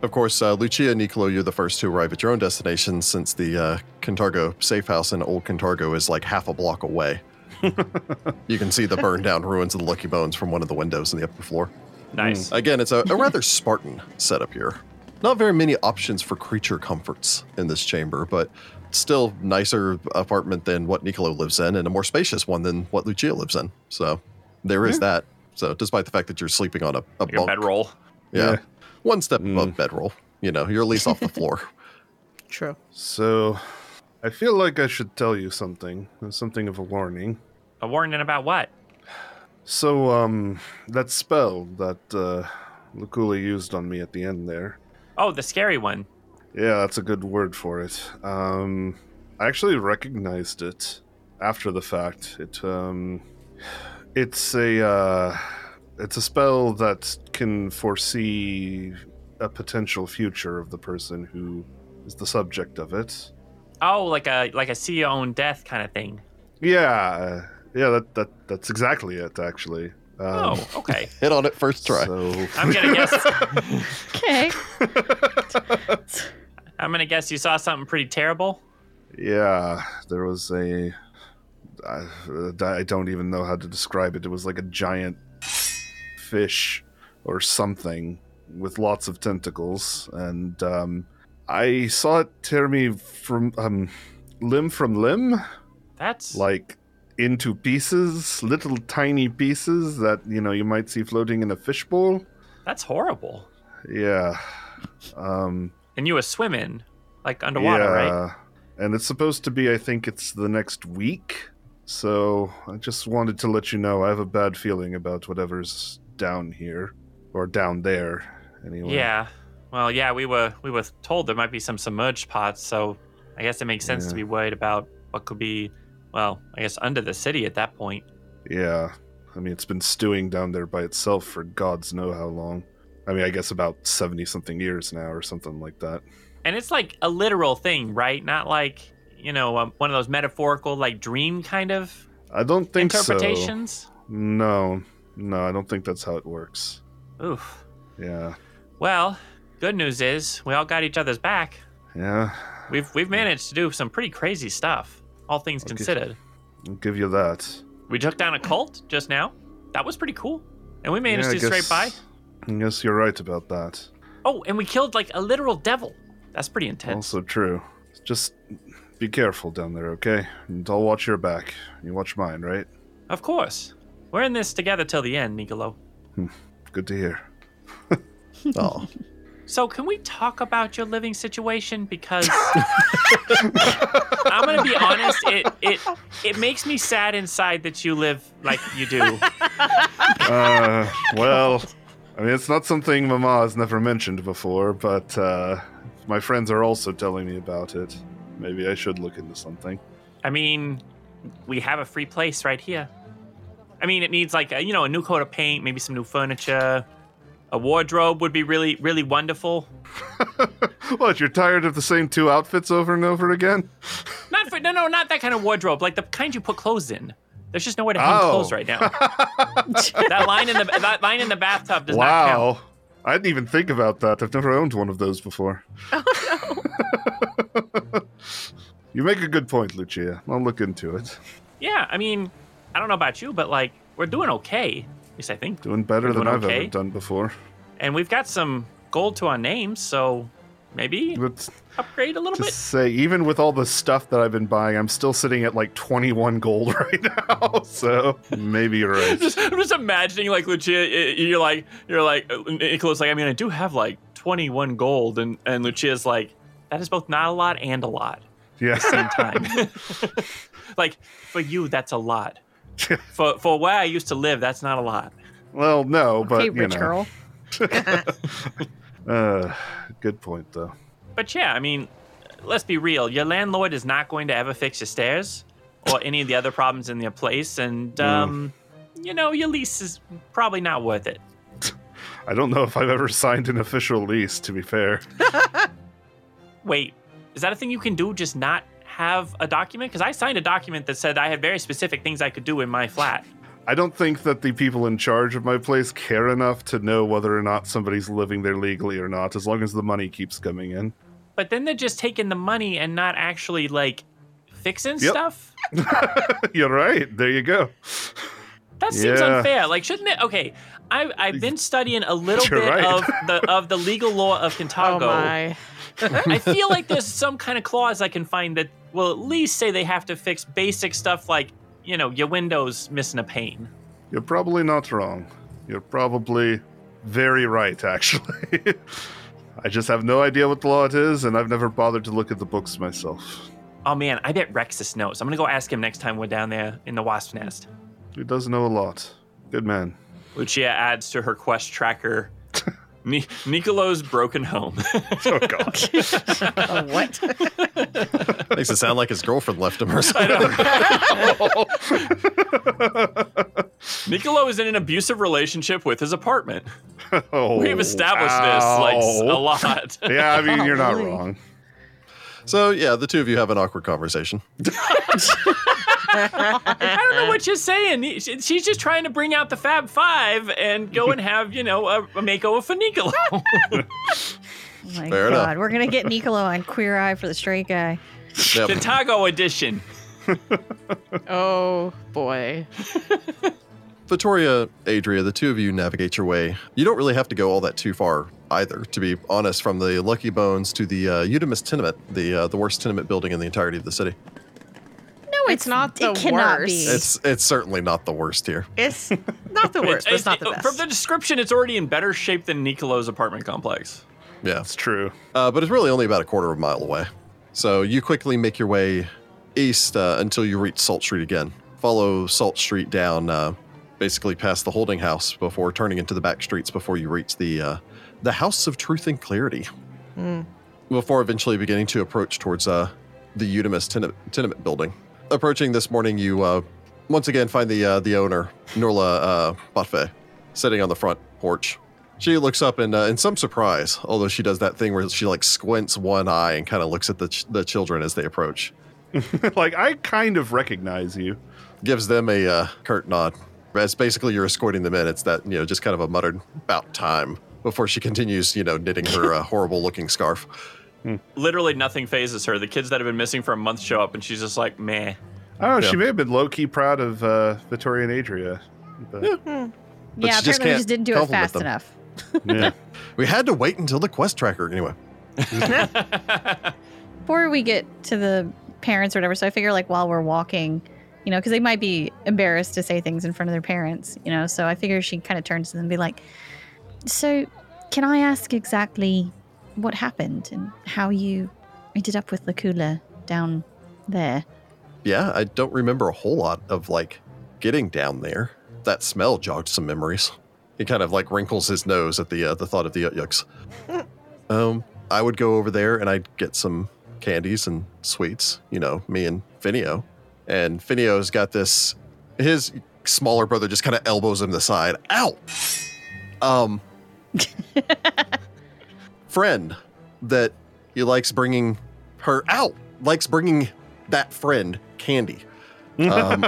S1: Of course, uh, Lucia and Niccolo, you're the first to arrive at your own destination since the uh, Cantargo safe house in Old Cantargo is like half a block away. you can see the burned down ruins of the Lucky Bones from one of the windows in the upper floor.
S4: Hmm.
S2: Nice.
S1: Again, it's a, a rather Spartan setup here. Not very many options for creature comforts in this chamber, but still nicer apartment than what Niccolo lives in, and a more spacious one than what Lucia lives in. So there is that. So despite the fact that you're sleeping on a, a
S2: Like a
S1: bunk,
S2: bedroll.
S1: yeah,
S4: Yeah.
S1: one step
S4: Mm.
S1: above bedroll. You know, you're at least off the floor.
S5: True.
S4: So, I feel like I should tell you something, something of a warning.
S2: A warning about what?
S4: So, um, that spell that uh, Lukula used on me at the end there.
S2: Oh, the scary one.
S4: Yeah, that's a good word for it. Um, I actually recognized it after the fact. It um, it's a uh, it's a spell that can foresee a potential future of the person who is the subject of it.
S2: Oh, like a like a see your own death kind of thing.
S4: Yeah, yeah, that, that that's exactly it. Actually. Um,
S2: oh, okay.
S1: Hit on it first try.
S4: So,
S2: I'm gonna guess.
S3: Okay.
S2: I'm gonna guess you saw something pretty terrible.
S4: yeah, there was a. I, I don't even know how to describe it. It was like a giant fish or something with lots of tentacles, and um, I saw it tear me from um, limb from limb,
S2: That's
S4: like into pieces, little tiny pieces that you know you might see floating in a fishbowl.
S2: that's horrible.
S4: Yeah. Um,
S2: And you were swimming, like underwater, right?
S4: And it's supposed to be, I think it's the next week. So I just wanted to let you know I have a bad feeling about whatever's down here. Or down there, anyway.
S2: Yeah. Well, yeah, we were we were told there might be some submerged parts, so I guess it makes sense to
S4: Yeah.
S2: be worried about what could be, well, I guess under the city at that point.
S4: Yeah. I mean, it's been stewing down there by itself for gods know how long. I mean, I guess about 70 something years now or something like that.
S2: And it's like a literal thing, right? Not like you know um, one of those metaphorical like dream kind of
S4: I don't think so.
S2: interpretations.
S4: No. No, I don't think that's how it works.
S2: Oof.
S4: Yeah.
S2: Well, good news is we all got each other's back.
S4: Yeah.
S2: We've we've managed to do some pretty crazy stuff, all things
S4: Okay.
S2: considered.
S4: I'll give you that.
S2: We took down a cult just now. That was pretty cool. And we managed
S4: Yeah, I
S2: to straight by.
S4: guess- I guess you're right about that.
S2: Oh, and we killed like a literal devil. That's pretty intense.
S4: Also true. Just be careful down there, okay? And I'll watch your back. You watch mine, right?
S2: Of course. We're in this together till the end, Nicolo.
S4: Good to hear.
S1: Oh,
S2: So can we talk about your living situation? Because I'm gonna be honest, it it it makes me sad inside that you live like you do.
S4: Uh, well, I mean, it's not something Mama has never mentioned before, but uh, my friends are also telling me about it. Maybe I should look into something.
S2: I mean, we have a free place right here. I mean, it needs like a, you know a new coat of paint, maybe some new furniture. A wardrobe would be really, really wonderful.
S4: What, you're tired of the same two outfits over and over again?
S2: Not for no, no, not that kind of wardrobe. Like the kind you put clothes in. There's just nowhere to hang
S4: Oh.
S2: clothes right now. that line in the that line in the bathtub does not count.
S4: wow. I didn't even think about that. I've never owned one of those before.
S2: Oh,
S4: you make a good point, Lucia. I'll look into it.
S2: Yeah, I mean, I don't know about you, but like we're doing okay, at least I think.
S4: Doing better
S2: We're
S4: than
S2: doing
S4: I've
S2: okay.
S4: ever done before.
S2: And we've got some gold to our names, so maybe
S4: But
S2: upgrade a little
S4: to
S2: bit.
S4: say, even with all the stuff that I've been buying, I'm still sitting at like 21 gold right now. So maybe you're right.
S2: Just- I'm just imagining like Lucia, y- you're like you're like uh, Nicholas. Like I mean, I do have like 21 gold, and and Lucia's like that is both not a lot and a lot.
S4: Yeah.
S2: time. like for you, that's a lot. For for where I used to live, that's not a lot.
S4: Well, no, but
S6: okay,
S4: you
S6: rich
S4: know.
S6: girl.
S4: Uh, good point though.
S2: But yeah, I mean, let's be real. Your landlord is not going to ever fix your stairs or any of the other problems in your place, and um, you know your lease is probably not worth it.
S4: I don't know if I've ever signed an official lease. To be fair,
S2: Wait, is that a thing you can do? Just not have a document? Because I signed a document that said I had very specific things I could do in my flat.
S4: I don't think that the people in charge of my place care enough to know whether or not somebody's living there legally or not, as long as the money keeps coming in.
S2: But then they're just taking the money and not actually like fixing
S4: Yep.
S2: stuff.
S4: You're right. There you go.
S2: That seems
S4: Yeah.
S2: unfair. Like, shouldn't it? Okay, I, I've been studying a little
S4: You're
S2: bit
S4: right.
S2: of the of the legal law of
S6: Oh
S2: Kintago.
S6: my.
S2: I feel like there's some kind of clause I can find that will at least say they have to fix basic stuff like you know your windows missing a pane.
S4: You're probably not wrong. You're probably very right, actually. I just have no idea what the law it is, and I've never bothered to look at the books myself.
S2: Oh man, I bet Rexus knows. I'm gonna go ask him next time we're down there in the wasp nest.
S4: He does know a lot. Good man.
S2: Lucia adds to her quest tracker. Ni- Nicolo's broken home.
S4: Oh God.
S5: Oh, what?
S1: Makes it sound like his girlfriend left him or something.
S2: Nicolo is in an abusive relationship with his apartment.
S4: Oh,
S2: We've established this like a
S4: ow.
S2: lot.
S4: Yeah, I mean you're not
S3: Golly.
S4: wrong.
S1: So yeah, the two of you have an awkward conversation.
S2: I don't know what you're saying. She- She's just trying to bring out the Fab Five and go and have, you know, a, a makeover for Nicolo.
S3: Oh my
S1: Fair
S3: god,
S1: enough.
S3: we're gonna get Niccolo on Queer Eye for the Straight Guy.
S1: Yep.
S2: Kintago edition.
S6: Oh boy.
S1: Vittoria, Adria, the two of you navigate your way. You don't really have to go all that too far either, to be honest, from the Lucky Bones to the uh, Eudemus tenement, the uh, the worst tenement building in the entirety of the city.
S3: No,
S6: It's not the
S3: it cannot
S6: worst.
S3: Be.
S1: It's it's certainly not the worst here.
S5: It's not the worst, but it's not the
S2: It- From
S5: best.
S2: the description, it's already in better shape than Nicolo's apartment complex.
S1: Yeah,
S4: It's true.
S1: uh, but it's really only about a quarter of a mile away. So you quickly make your way east uh, until you reach Salt Street again. Follow Salt Street down, uh, basically past the holding house, before turning into the back streets before you reach the uh, the House of Truth and Clarity.
S5: Mm.
S1: before eventually beginning to approach towards uh, the Udemus tenement, tenement building. Approaching this morning, you uh, once again find the uh, the owner, Norla uh, Botfe, sitting on the front porch. She looks up and, uh, in some surprise, although she does that thing where she like squints one eye and kind of looks at the, ch- the children as they approach,
S4: like I kind of recognize you.
S1: gives them a uh, curt nod. As basically you're escorting them in, it's that, you know, just kind of a muttered about time before she continues, you know, knitting her uh, horrible looking scarf.
S2: Literally nothing phases her. The kids that have been missing for a month show up, and she's just like, meh.
S4: I don't know.
S1: Yeah.
S4: She may have been low key proud of uh, Vittoria and Adria. But, yeah.
S1: But
S3: yeah,
S1: you just
S3: apparently we
S1: can't
S3: just didn't do it
S1: compliment
S3: fast
S1: them.
S3: enough.
S1: We had to wait until the quest tracker, anyway.
S3: Before we get to the parents or whatever, so I figure like while we're walking, you know, because they might be embarrassed to say things in front of their parents, you know. So I figure she kind of turns to them and be like, "So, can I ask exactly what happened and how you ended up with Lakula down there?"
S1: yeah, I don't remember a whole lot of like getting down there. That smell jogged some memories. He kind of like wrinkles his nose at the uh, the thought of the yucks. um, I would go over there and I'd get some candies and sweets. You know, me and Finio, and Finio's got this. His smaller brother just kind of elbows him to the side. Ow! Um, friend that he likes bringing her out, likes bringing that friend candy. Um,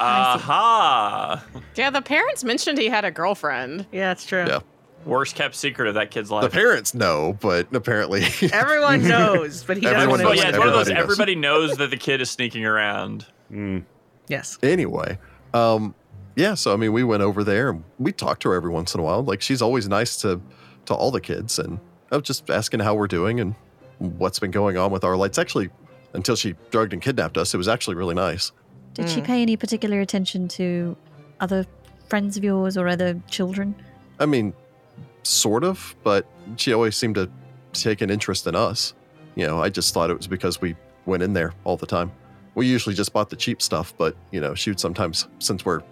S2: Aha!
S6: Yeah, the parents mentioned he had a girlfriend.
S5: Yeah, it's true.
S1: Yeah.
S2: Worst kept secret of that kid's life.
S1: the parents know, but apparently
S5: Everyone knows, but he doesn't
S1: Everyone
S5: want
S2: so
S5: to.
S1: knows.
S2: yeah, it's one of those.
S1: everybody
S2: Everybody knows that the kid is sneaking around.
S4: Mm.
S5: Yes.
S1: anyway um yeah so i mean we went over there and we talked to her every once in a while like she's always nice to to all the kids and i was just asking how we're doing and what's been going on with our lights actually until she drugged and kidnapped us it was actually really nice
S3: Did she
S5: Mm.
S3: pay any particular attention to other friends of yours or other children?
S1: i mean sort of but she always seemed to take an interest in us you know i just thought it was because we went in there all the time we usually just bought the cheap stuff but you know she would sometimes since we're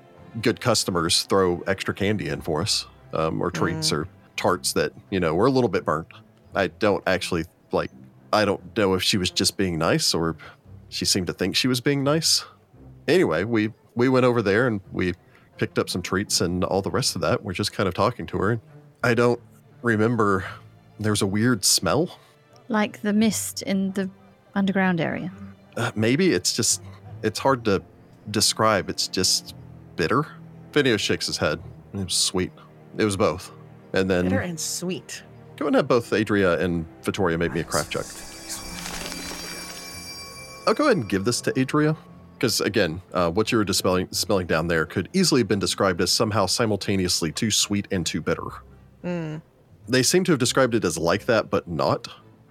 S1: good customers throw extra candy in for us um, or treats or tarts that you know were a little bit burnt i don't actually like i don't know if she was just being nice or she seemed to think she was being nice anyway we we went over there and we picked up some treats and all the rest of that we're just kind of talking to her i don't remember there was a weird smell
S3: Like the mist in the underground area?
S1: uh, maybe it's just it's hard to describe it's just bitter video shakes his head it was sweet it was both and then
S5: Bitter and sweet.
S1: go and have both adria and vittoria make me a craft check i'll go ahead and give this to adria because again uh, what you were dispelling smelling down there could easily have been described as somehow simultaneously too sweet and too bitter
S5: Mm.
S1: they seem to have described it as like that, but not.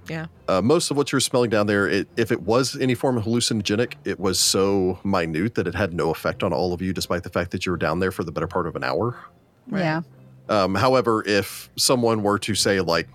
S5: Yeah.
S1: Uh, most of what you were smelling down there, it, if it was any form of hallucinogenic, it was so minute that it had no effect on all of you, despite the fact that you were down there for the better part of an hour.
S5: Right.
S3: Yeah.
S1: Um, however, if someone were to say, like,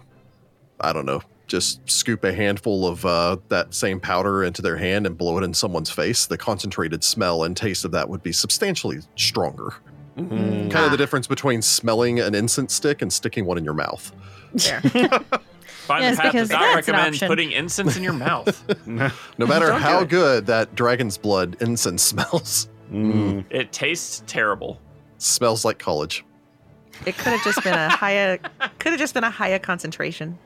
S1: I don't know, just scoop a handful of uh, that same powder into their hand and blow it in someone's face, the concentrated smell and taste of that would be substantially stronger.
S4: Mm.
S1: Kind of the
S5: Ah.
S1: difference between smelling an incense stick and sticking one in your mouth.
S5: There.
S2: Find
S3: Yes,
S2: the path
S3: because
S2: does not
S3: that's an
S2: recommend
S3: option.
S2: putting incense in your mouth.
S1: No matter
S5: Don't do
S1: how
S5: it.
S1: good that dragon's blood incense smells,
S4: Mm.
S2: It tastes terrible.
S1: smells like college.
S5: It could have just been a higher. Could have just been a higher concentration.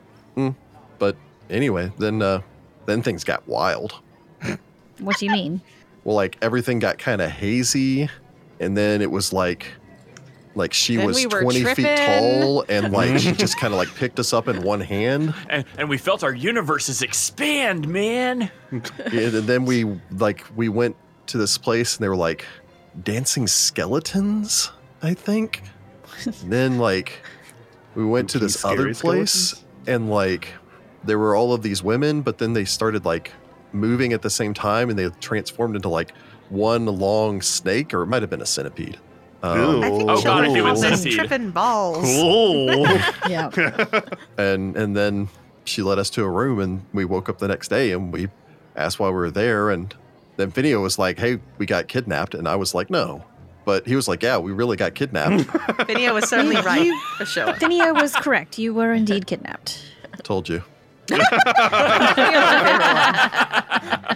S1: But anyway, then uh, then things got wild.
S3: What do you mean?
S1: Well, like everything got kind of hazy, and then it was like like she
S6: Then
S1: was
S6: we were
S1: 20 feet
S6: tripping.
S1: tall and like she just kind of like picked us up in one hand
S2: And, and we felt our universes expand, man.
S1: and then we like we went to this place and they were like dancing skeletons i think And then like we went to
S4: Spooky,
S1: this other
S4: scary
S1: place
S4: skeletons?
S1: and like there were all of these women but then they started like moving at the same time and they transformed into like one long snake or it might have been a centipede
S4: Ew.
S5: I think
S4: Oh,
S2: God,
S5: children
S2: if it
S5: call
S2: was
S5: them
S2: centipede.
S5: tripping balls.
S4: Cool.
S3: Yeah.
S1: and and then she led us to a room and we woke up the next day and we asked why we were there and then Finio was like, "Hey, we got kidnapped," and I was like, "No," but he was like, "Yeah, we really got kidnapped."
S5: Video was certainly
S3: You-
S5: right
S3: you-
S5: for sure.
S3: Finio was correct. You were indeed kidnapped.
S1: Told you.
S3: I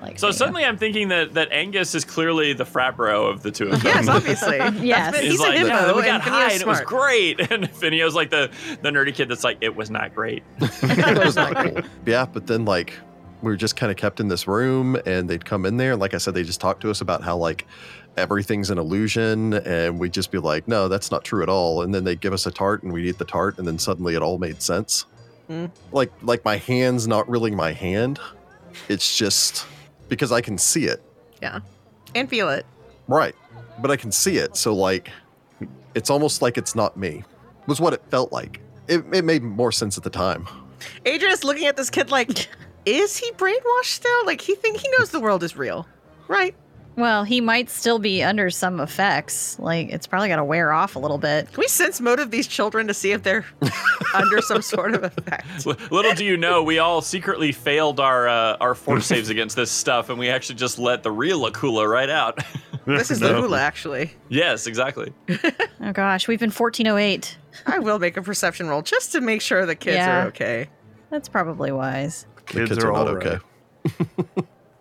S3: like
S2: So
S3: Finio.
S2: suddenly I'm thinking that, that Angus is clearly the frat bro of the two of them.
S5: Yes, obviously.
S3: Yes.
S5: That's been-
S2: He's,
S5: he's
S2: like,
S5: an
S2: yeah,
S5: immo,
S2: we got
S5: and
S2: high
S5: Phineo's
S2: and it was
S5: smart.
S2: great. And Finio's like the, the nerdy kid that's like, it was not great.
S1: It was not cool. Yeah, but then like we were just kind of kept in this room and they'd come in there and like I said, they just talked to us about how like everything's an illusion and we'd just be like, "No, that's not true at all." And then they would give us a tart and we'd eat the tart and then suddenly it all made sense. Hmm.
S5: Mm.
S1: Like like my hand's not really my hand. It's just because I can see it.
S5: And feel it.
S1: Right. But I can see it. So, like, it's almost like it's not me, was what it felt like. It, it made more sense at the time.
S5: Adrian's looking at this kid like, is he brainwashed still? Like he think he knows the world is real, right?
S3: well, he might still be under some effects. Like it's probably got to wear off a little bit.
S5: Can we sense motive these children to see if they're under some sort of effect?
S2: L- Little do you know, we all secretly failed our uh, our force saves against this stuff, and we actually just let the real Akula right out.
S5: This is the hula, actually.
S2: yes, exactly.
S3: Oh gosh, we've been 1408.
S5: I will make a perception roll just to make sure the kids
S3: Yeah.
S5: are okay.
S3: That's probably wise.
S1: The kids are not okay.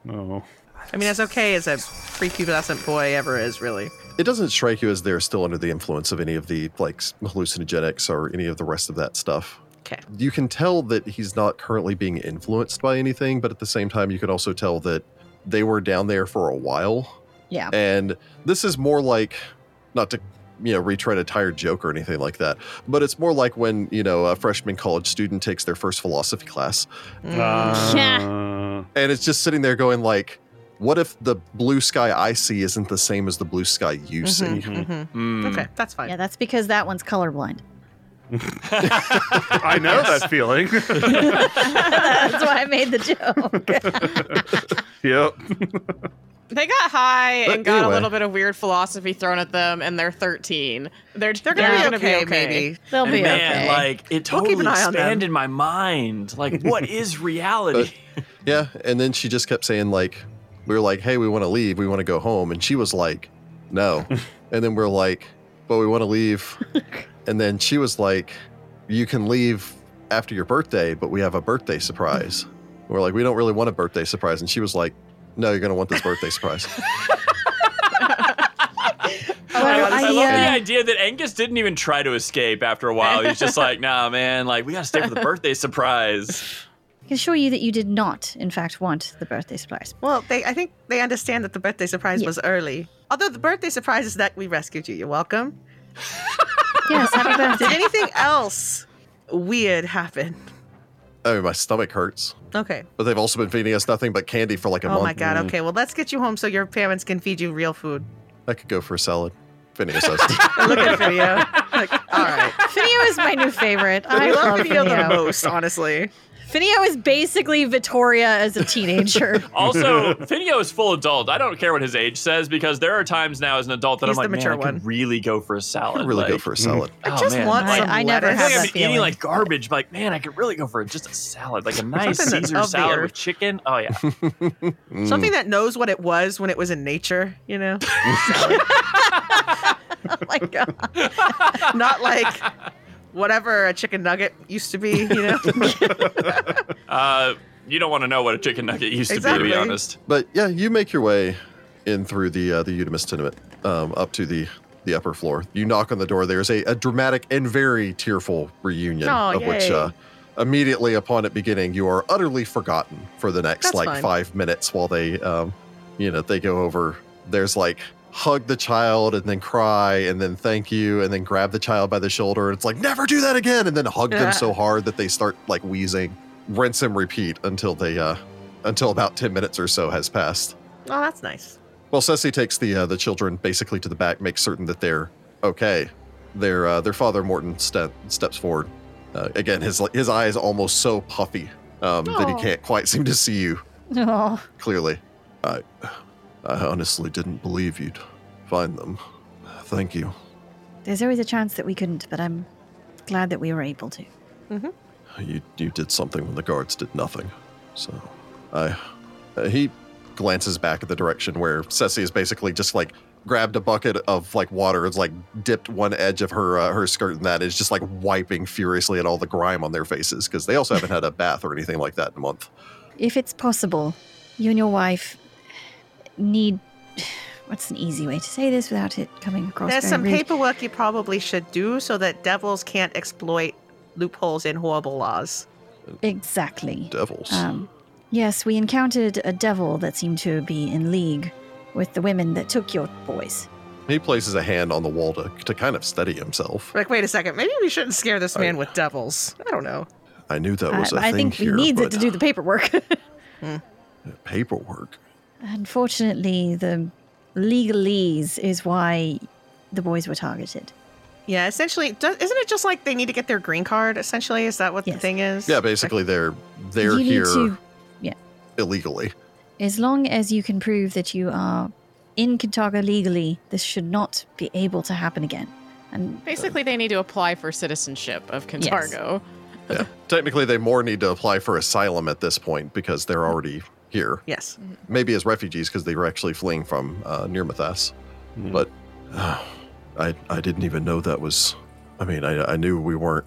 S4: No.
S7: I
S5: I mean, as okay as a prepubescent boy ever is, really.
S1: It doesn't strike you as they're still under the influence of any of the like s- hallucinogenics or any of the rest of that stuff.
S5: Okay.
S1: You can tell that he's not currently being influenced by anything, but at the same time, you can also tell that they were down there for a while
S3: Yeah.
S1: and this is more like, not to you know retread a tired joke or anything like that, but it's more like when you know a freshman college student takes their first philosophy class,
S4: Uh,
S1: and it's just sitting there going like, "What if the blue sky I see isn't the same as the blue sky you see?"
S5: Mhm, mhm.
S2: Mm.
S5: Okay, that's fine.
S3: Yeah, that's because that one's colorblind.
S4: I know that feeling.
S3: that's why I made the joke.
S4: yep.
S6: They got high
S1: But
S6: and got
S1: anyway.
S6: a little bit of weird philosophy thrown at them, and they're 13. They're
S5: They're gonna,
S6: they're
S5: be, okay, maybe.
S3: They'll
S2: And
S3: be
S2: man,
S3: okay.
S2: like it
S5: We'll
S2: totally
S5: keep an eye on them.
S2: expanded my mind. Like, what is reality?
S1: Yeah, and then she just kept saying like, "We were like, hey, we want to leave, we want to go home," and she was like, "No," and then we're like, "But we want to leave," and then she was like, "You can leave after your birthday, but we have a birthday surprise." And we're like, "We don't really want a birthday surprise," and she was like, "No, you're gonna want this birthday surprise."
S5: Oh
S3: Well,
S2: I, I love
S3: uh,
S2: the idea that Angus didn't even try to escape after a while. He's just like, nah, man, like we gotta stay for the birthday surprise.
S3: I can assure you that you did not, in fact, want the birthday surprise.
S5: Well, they I think they understand that the birthday surprise
S3: Yeah.
S5: was early. Although the birthday surprise is that we rescued you. You're welcome.
S3: Yes, happy
S5: Did
S3: birthday.
S5: anything else weird happen?
S1: oh, my stomach hurts.
S5: Okay.
S1: But they've also been feeding us nothing but candy for like a
S5: Oh
S1: month.
S5: my god. Okay. Well, let's get you home so your parents can feed you real food.
S1: I could go for a salad. Phineas says.
S5: They're looking for you. Like, all right.
S3: Finio is my new favorite. I
S5: I
S3: love
S5: love video the
S3: Finio.
S5: most, honestly.
S3: Finio is basically Vittoria as a teenager. Oh
S2: Also, Finio is full adult. I don't care what his age says because there are times now as an adult that
S5: He's
S2: I'm
S5: the
S2: like,
S5: mature
S2: man, I
S5: one.
S2: could really go for a salad.
S1: I really go
S2: Like,
S1: for a salad.
S5: I
S2: oh,
S5: just
S2: man.
S5: want
S3: I-
S5: some
S3: I never
S2: I
S5: lettuce.
S2: feel like
S3: have
S2: I'm
S3: that feeling.
S2: eating like garbage. but, Like, man, I could really go for just a salad, like a nice
S5: Something
S2: Caesar
S5: that's
S2: salad
S5: healthier.
S2: with chicken. Oh yeah,
S1: Mm.
S5: Something that knows what it was when it was in nature, you know?
S3: Oh my god.
S5: Not like whatever a chicken nugget used to be, you know?
S2: uh, you don't want to know what a chicken nugget used to be,
S5: Exactly.
S2: to be honest.
S1: But yeah, you make your way in through the uh, the Eudemus tenement um, up to the the upper floor. You knock on the door. There's a, a dramatic and very tearful reunion,
S5: Oh,
S1: of which
S5: yay.
S1: uh, immediately upon it beginning, you are utterly forgotten for the next
S5: That's
S1: like
S5: fine.
S1: five minutes while they, um, you know, they go over. There's like hug the child and then cry and then thank you and then grab the child by the shoulder. It's like never do that again and then hug them so hard that they start like wheezing. Rinse and repeat until they uh, until about ten minutes or so has passed.
S5: Oh, that's nice.
S1: Well, Ceci takes the uh, the children basically to the back, makes certain that they're okay. Their uh, their father Morton ste- steps forward. Uh, again, his his eye is almost so puffy um, that he
S3: Aw.
S1: can't quite seem to see you
S3: Oh,
S1: clearly. I I honestly didn't believe you'd find them. Thank you.
S3: there's always a chance that we couldn't, but I'm glad that we were able to.
S1: You you did something when the guards did nothing. So, I uh, he glances back at the direction where Ceci is basically just like grabbed a bucket of like water. It's like dipped one edge of her uh, her skirt in that. Is just like wiping furiously at all the grime on their faces because they also haven't had a bath or anything like that in a month.
S3: If it's possible, you and your wife need. What's an easy way to say this without it coming across
S5: There's
S3: very
S5: some
S3: rude?
S5: paperwork you probably should do so that devils can't exploit loopholes in horrible laws.
S3: Exactly.
S1: Devils.
S3: Um, yes, we encountered a devil that seemed to be in league with the women that took your boys.
S1: he places a hand on the wall to to kind of steady himself.
S5: Like, wait a second, maybe we shouldn't scare this man with devils. I don't know.
S1: I knew that was a
S3: Uh, I, I
S1: thing
S3: think
S1: here.
S3: he needs it
S1: but
S3: to do the paperwork.
S1: paperwork.
S3: Unfortunately, the legalese is why the boys were targeted.
S5: Yeah, essentially, do- isn't it just like they need to get their green card? Essentially, is that what the
S3: Yes.
S5: thing is?
S1: Yeah, basically they're they're
S3: you
S1: here
S3: Need to,
S1: illegally.
S3: as long as you can prove that you are in Kintaga legally, this should not be able to happen again. And
S6: Basically, they need to apply for citizenship of Cantargo.
S1: Yeah. Technically, they more need to apply for asylum at this point because they're already here.
S5: Yes.
S1: Maybe as refugees because they were actually fleeing from uh, near Mathas. But uh, I, I didn't even know that was. I mean, I, I knew we weren't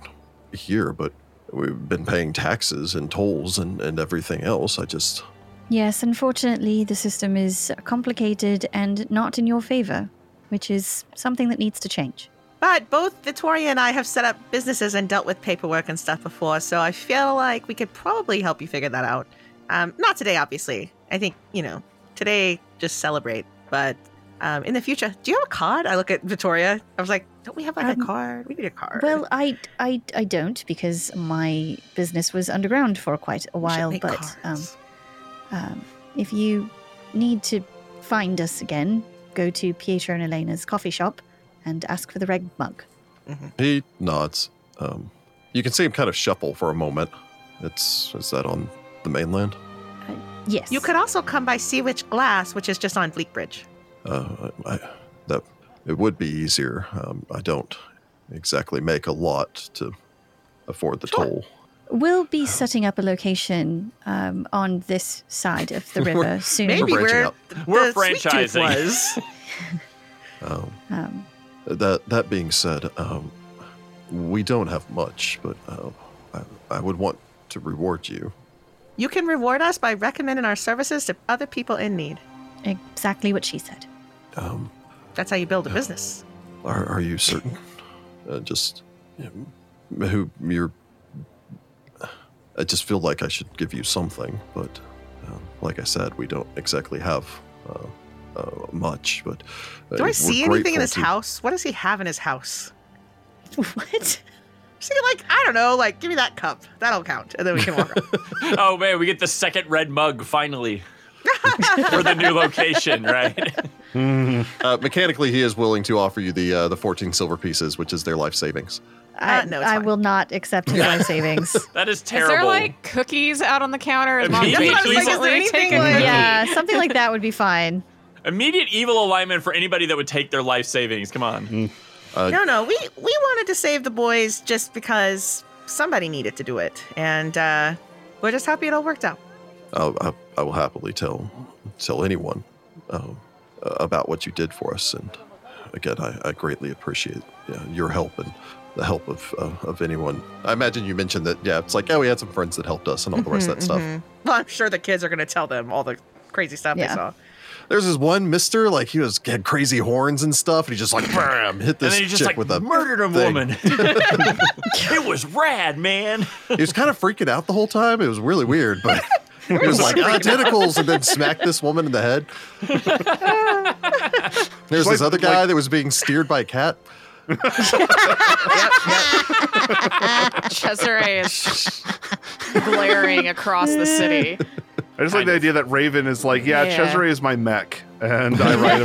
S1: here, but we've been paying taxes and tolls and, and everything else. I just
S3: Yes, unfortunately, the system is complicated and not in your favor, which is something that needs to change.
S5: But both Vittoria and I have set up businesses and dealt with paperwork and stuff before, so I feel like we could probably help you figure that out. Um, not today, obviously. I think, you know, today just celebrate. But um, in the future, do you have a card? I look at Vittoria. I was like, don't we have like
S3: Um,
S5: a card? We need a card.
S3: Well, I, I, I don't because my business was underground for quite a
S5: We should
S3: while,
S5: make
S3: but
S5: cards.
S3: um, um, if you need to find us again, go to Pietro and Elena's coffee shop and ask for the red mug.
S1: He nods. Um, you can see him kind of shuffle for a moment. It's is that on the mainland?
S3: Yes.
S5: you could also come by Sea Witch Glass, which is just on Bleak Bridge.
S1: Uh, I, that it would be easier. Um, I don't exactly make a lot to afford the
S5: Sure.
S1: toll.
S3: We'll be setting up a location um, on this side of the river soon.
S5: Maybe
S1: branching
S5: where
S1: out.
S5: th-
S2: We're
S5: the sweet tooth
S2: franchising.
S5: was.
S1: Um,
S3: Um,
S1: That that being said, um, we don't have much, but uh, I, I would want to reward you.
S5: You can reward us by recommending our services to other people in need.
S3: exactly what she said.
S1: Um,
S5: That's how you build a business.
S1: are, are you certain? uh, just you know, who you're. I just feel like I should give you something, but um, like I said, we don't exactly have uh, uh, much. But uh,
S5: Do I
S1: we're
S5: see anything
S1: grateful
S5: in his
S1: to-
S5: house? What does he have in his house?
S3: what?
S5: See, like, I don't know, like, give me that cup. That'll count. And then we can walk up.
S2: oh man, we get the second red mug finally. For the new location, right?
S1: Uh, mechanically, he is willing to offer you the uh, the fourteen silver pieces, which is their life savings.
S3: I,
S1: Uh,
S5: no, it's
S3: I
S5: fine.
S3: will not accept his life savings.
S2: That is
S6: Is
S2: terrible.
S6: there like cookies out on the counter? Is
S2: I
S6: mom
S2: mean,
S6: being
S2: that's what I was like, is
S5: there
S6: recently
S5: anything
S6: taken
S5: like-
S6: cookies?
S3: yeah, something like that would be fine.
S2: Immediate evil alignment for anybody that would take their life savings. Come on.
S5: no, no, we, we wanted to save the boys just because somebody needed to do it. And uh, we're just happy it all worked out.
S1: I'll, Uh, I, I will happily tell tell anyone um, uh, about what you did for us. And again, I, I greatly appreciate yeah, your help and the help of uh, of anyone. I imagine you mentioned that. Yeah, it's like oh, we had some friends that helped us and all the rest
S2: Mm-hmm,
S1: of that stuff.
S5: Well, I'm sure the kids are going to tell them all the crazy stuff
S3: Yeah.
S5: they saw.
S1: There's this one Mister, like he was had crazy horns and stuff, and he just like bam hit
S2: And
S1: this
S2: then you
S1: chick
S2: just like
S1: with a
S2: murdered a
S1: thing.
S2: woman. it was rad, man.
S1: He was kind of freaking out the whole time. It was really weird, but. He was like ah, tentacles, and then smacked this woman in the head. There's
S4: Like-
S1: this other guy
S4: like-
S1: that was being steered by a cat.
S6: Cesare is glaring across the city.
S4: I just like the idea that Raven is like, yeah,
S6: Yeah.
S4: Cesare is my mech, and I ride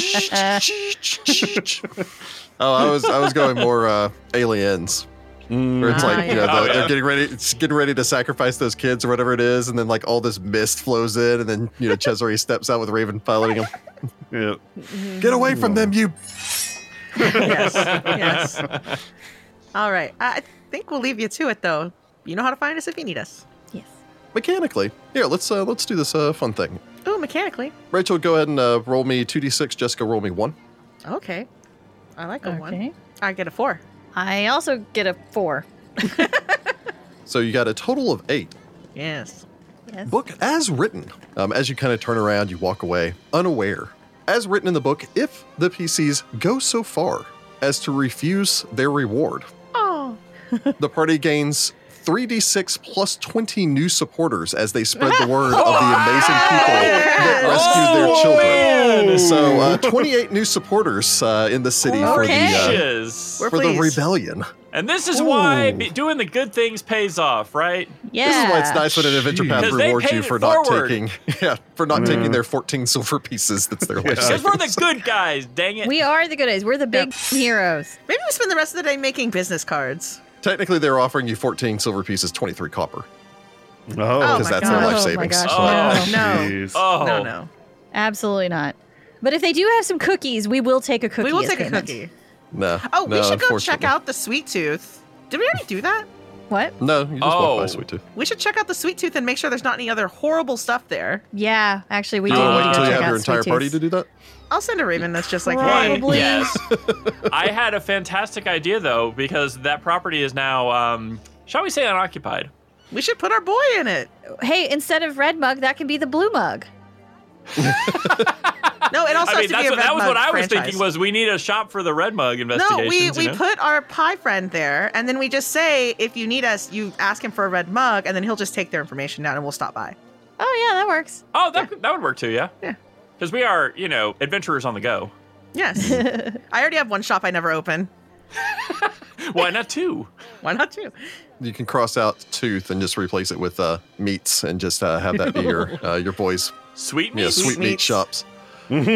S4: him around.
S1: Oh, I was I was going more uh, aliens. Where it's like
S5: Ah,
S1: you know,
S2: yeah.
S1: the,
S2: Oh, yeah.
S1: they're getting ready, it's getting ready to sacrifice those kids or whatever it is, and then like all this mist flows in, and then you know Cesare steps out with Raven piloting him.
S4: Yeah.
S1: Get away from them, you!
S5: yes. Yes. All right. I I think we'll leave you to it, though. You know how to find us if you need us.
S3: Yes.
S1: Mechanically, here let's uh, let's do this uh, fun thing.
S5: Ooh, mechanically.
S1: Rachel, go ahead and uh, roll me two d six. Jessica, roll me one.
S5: Okay. I like a one.
S3: Okay.
S5: I get a four.
S3: I also get a four.
S1: So you got a total of eight.
S5: Yes.
S3: Yes.
S1: Book as written. Um, as you kind of turn around, you walk away, unaware. As written in the book, if the PCs go so far as to refuse their reward,
S5: Oh.
S1: the party gains 3d6 plus 20 new supporters as they spread the word of the amazing people that rescued their children.
S2: Oh, man. Oh,
S1: So, uh, 28 new supporters uh, in the city
S5: Okay.
S2: Yes.
S5: We're
S1: for the uh, for the
S5: pleased.
S1: rebellion.
S2: And this is why
S1: Ooh.
S2: be- doing the good things pays off, right?
S3: yeah.
S1: This is why it's nice when an adventure
S4: Jeez.
S1: path
S2: Because they
S1: rewards
S2: paid
S1: you
S2: it
S1: for not
S2: forward.
S1: taking, yeah, for not
S4: Mm.
S1: taking their 14 silver pieces. That's their life.
S2: Because
S1: savings.
S2: we're the good guys, dang it.
S3: We are the good guys. We're the big heroes.
S5: Maybe we spend the rest of the day making business cards.
S1: Technically, they're offering you 14 silver pieces, 23 copper,
S5: Oh
S4: Oh,
S1: because that's
S5: my
S1: their
S5: God.
S1: life
S3: Oh my
S1: savings.
S3: gosh,
S2: Oh.
S5: No. No.
S4: jeez.
S2: oh,
S5: No, no.
S3: Absolutely not. But if they do have some cookies, we will take a cookie.
S5: We will
S3: as
S5: take a
S3: payment.
S5: cookie.
S1: No.
S5: Oh,
S1: no,
S5: we should go check
S1: unfortunately.
S5: out the sweet tooth. Did we already do that?
S3: What?
S1: No, you just walk by
S2: Oh.
S1: sweet tooth.
S5: We should check out the sweet tooth and make sure there's not any other horrible stuff there.
S3: Yeah, actually, we
S1: You
S3: do
S1: want to wait
S3: need to
S1: until
S3: go
S1: you
S3: check
S1: have
S3: out
S1: your entire
S3: Sweet
S1: party
S3: Tooth.
S1: to do that?
S5: I'll send a Raven that's just like, hey,
S3: Probably.
S2: Yes. I had a fantastic idea though, because that property is now, um, shall we say, unoccupied.
S5: We should put our boy in it.
S3: Hey, instead of red mug, that can be the blue mug.
S5: No, it also
S2: I mean,
S5: has
S2: that's
S5: to be a
S2: what,
S5: Red
S2: that was what
S5: Mug
S2: I was
S5: franchise.
S2: thinking was we need a shop for the Red Mug
S5: No,
S2: investigations.
S5: we,
S2: you
S5: we
S2: know?
S5: put our pie friend there, and then we just say, if you need us, you ask him for a red mug, and then he'll just take their information down and we'll stop by.
S3: Oh yeah, that works.
S2: oh, that, that would work too, yeah.
S5: Yeah.
S2: Because we are, you know, adventurers on the go.
S5: Yes. I already have one shop I never open.
S2: Why not two?
S5: Why not two?
S1: You can cross out tooth and just replace it with uh, meats and just uh, have that be your uh, your boys.
S2: Sweet
S1: Yeah,
S2: meats?
S1: sweet meat
S5: meats.
S1: shops.
S4: Sweet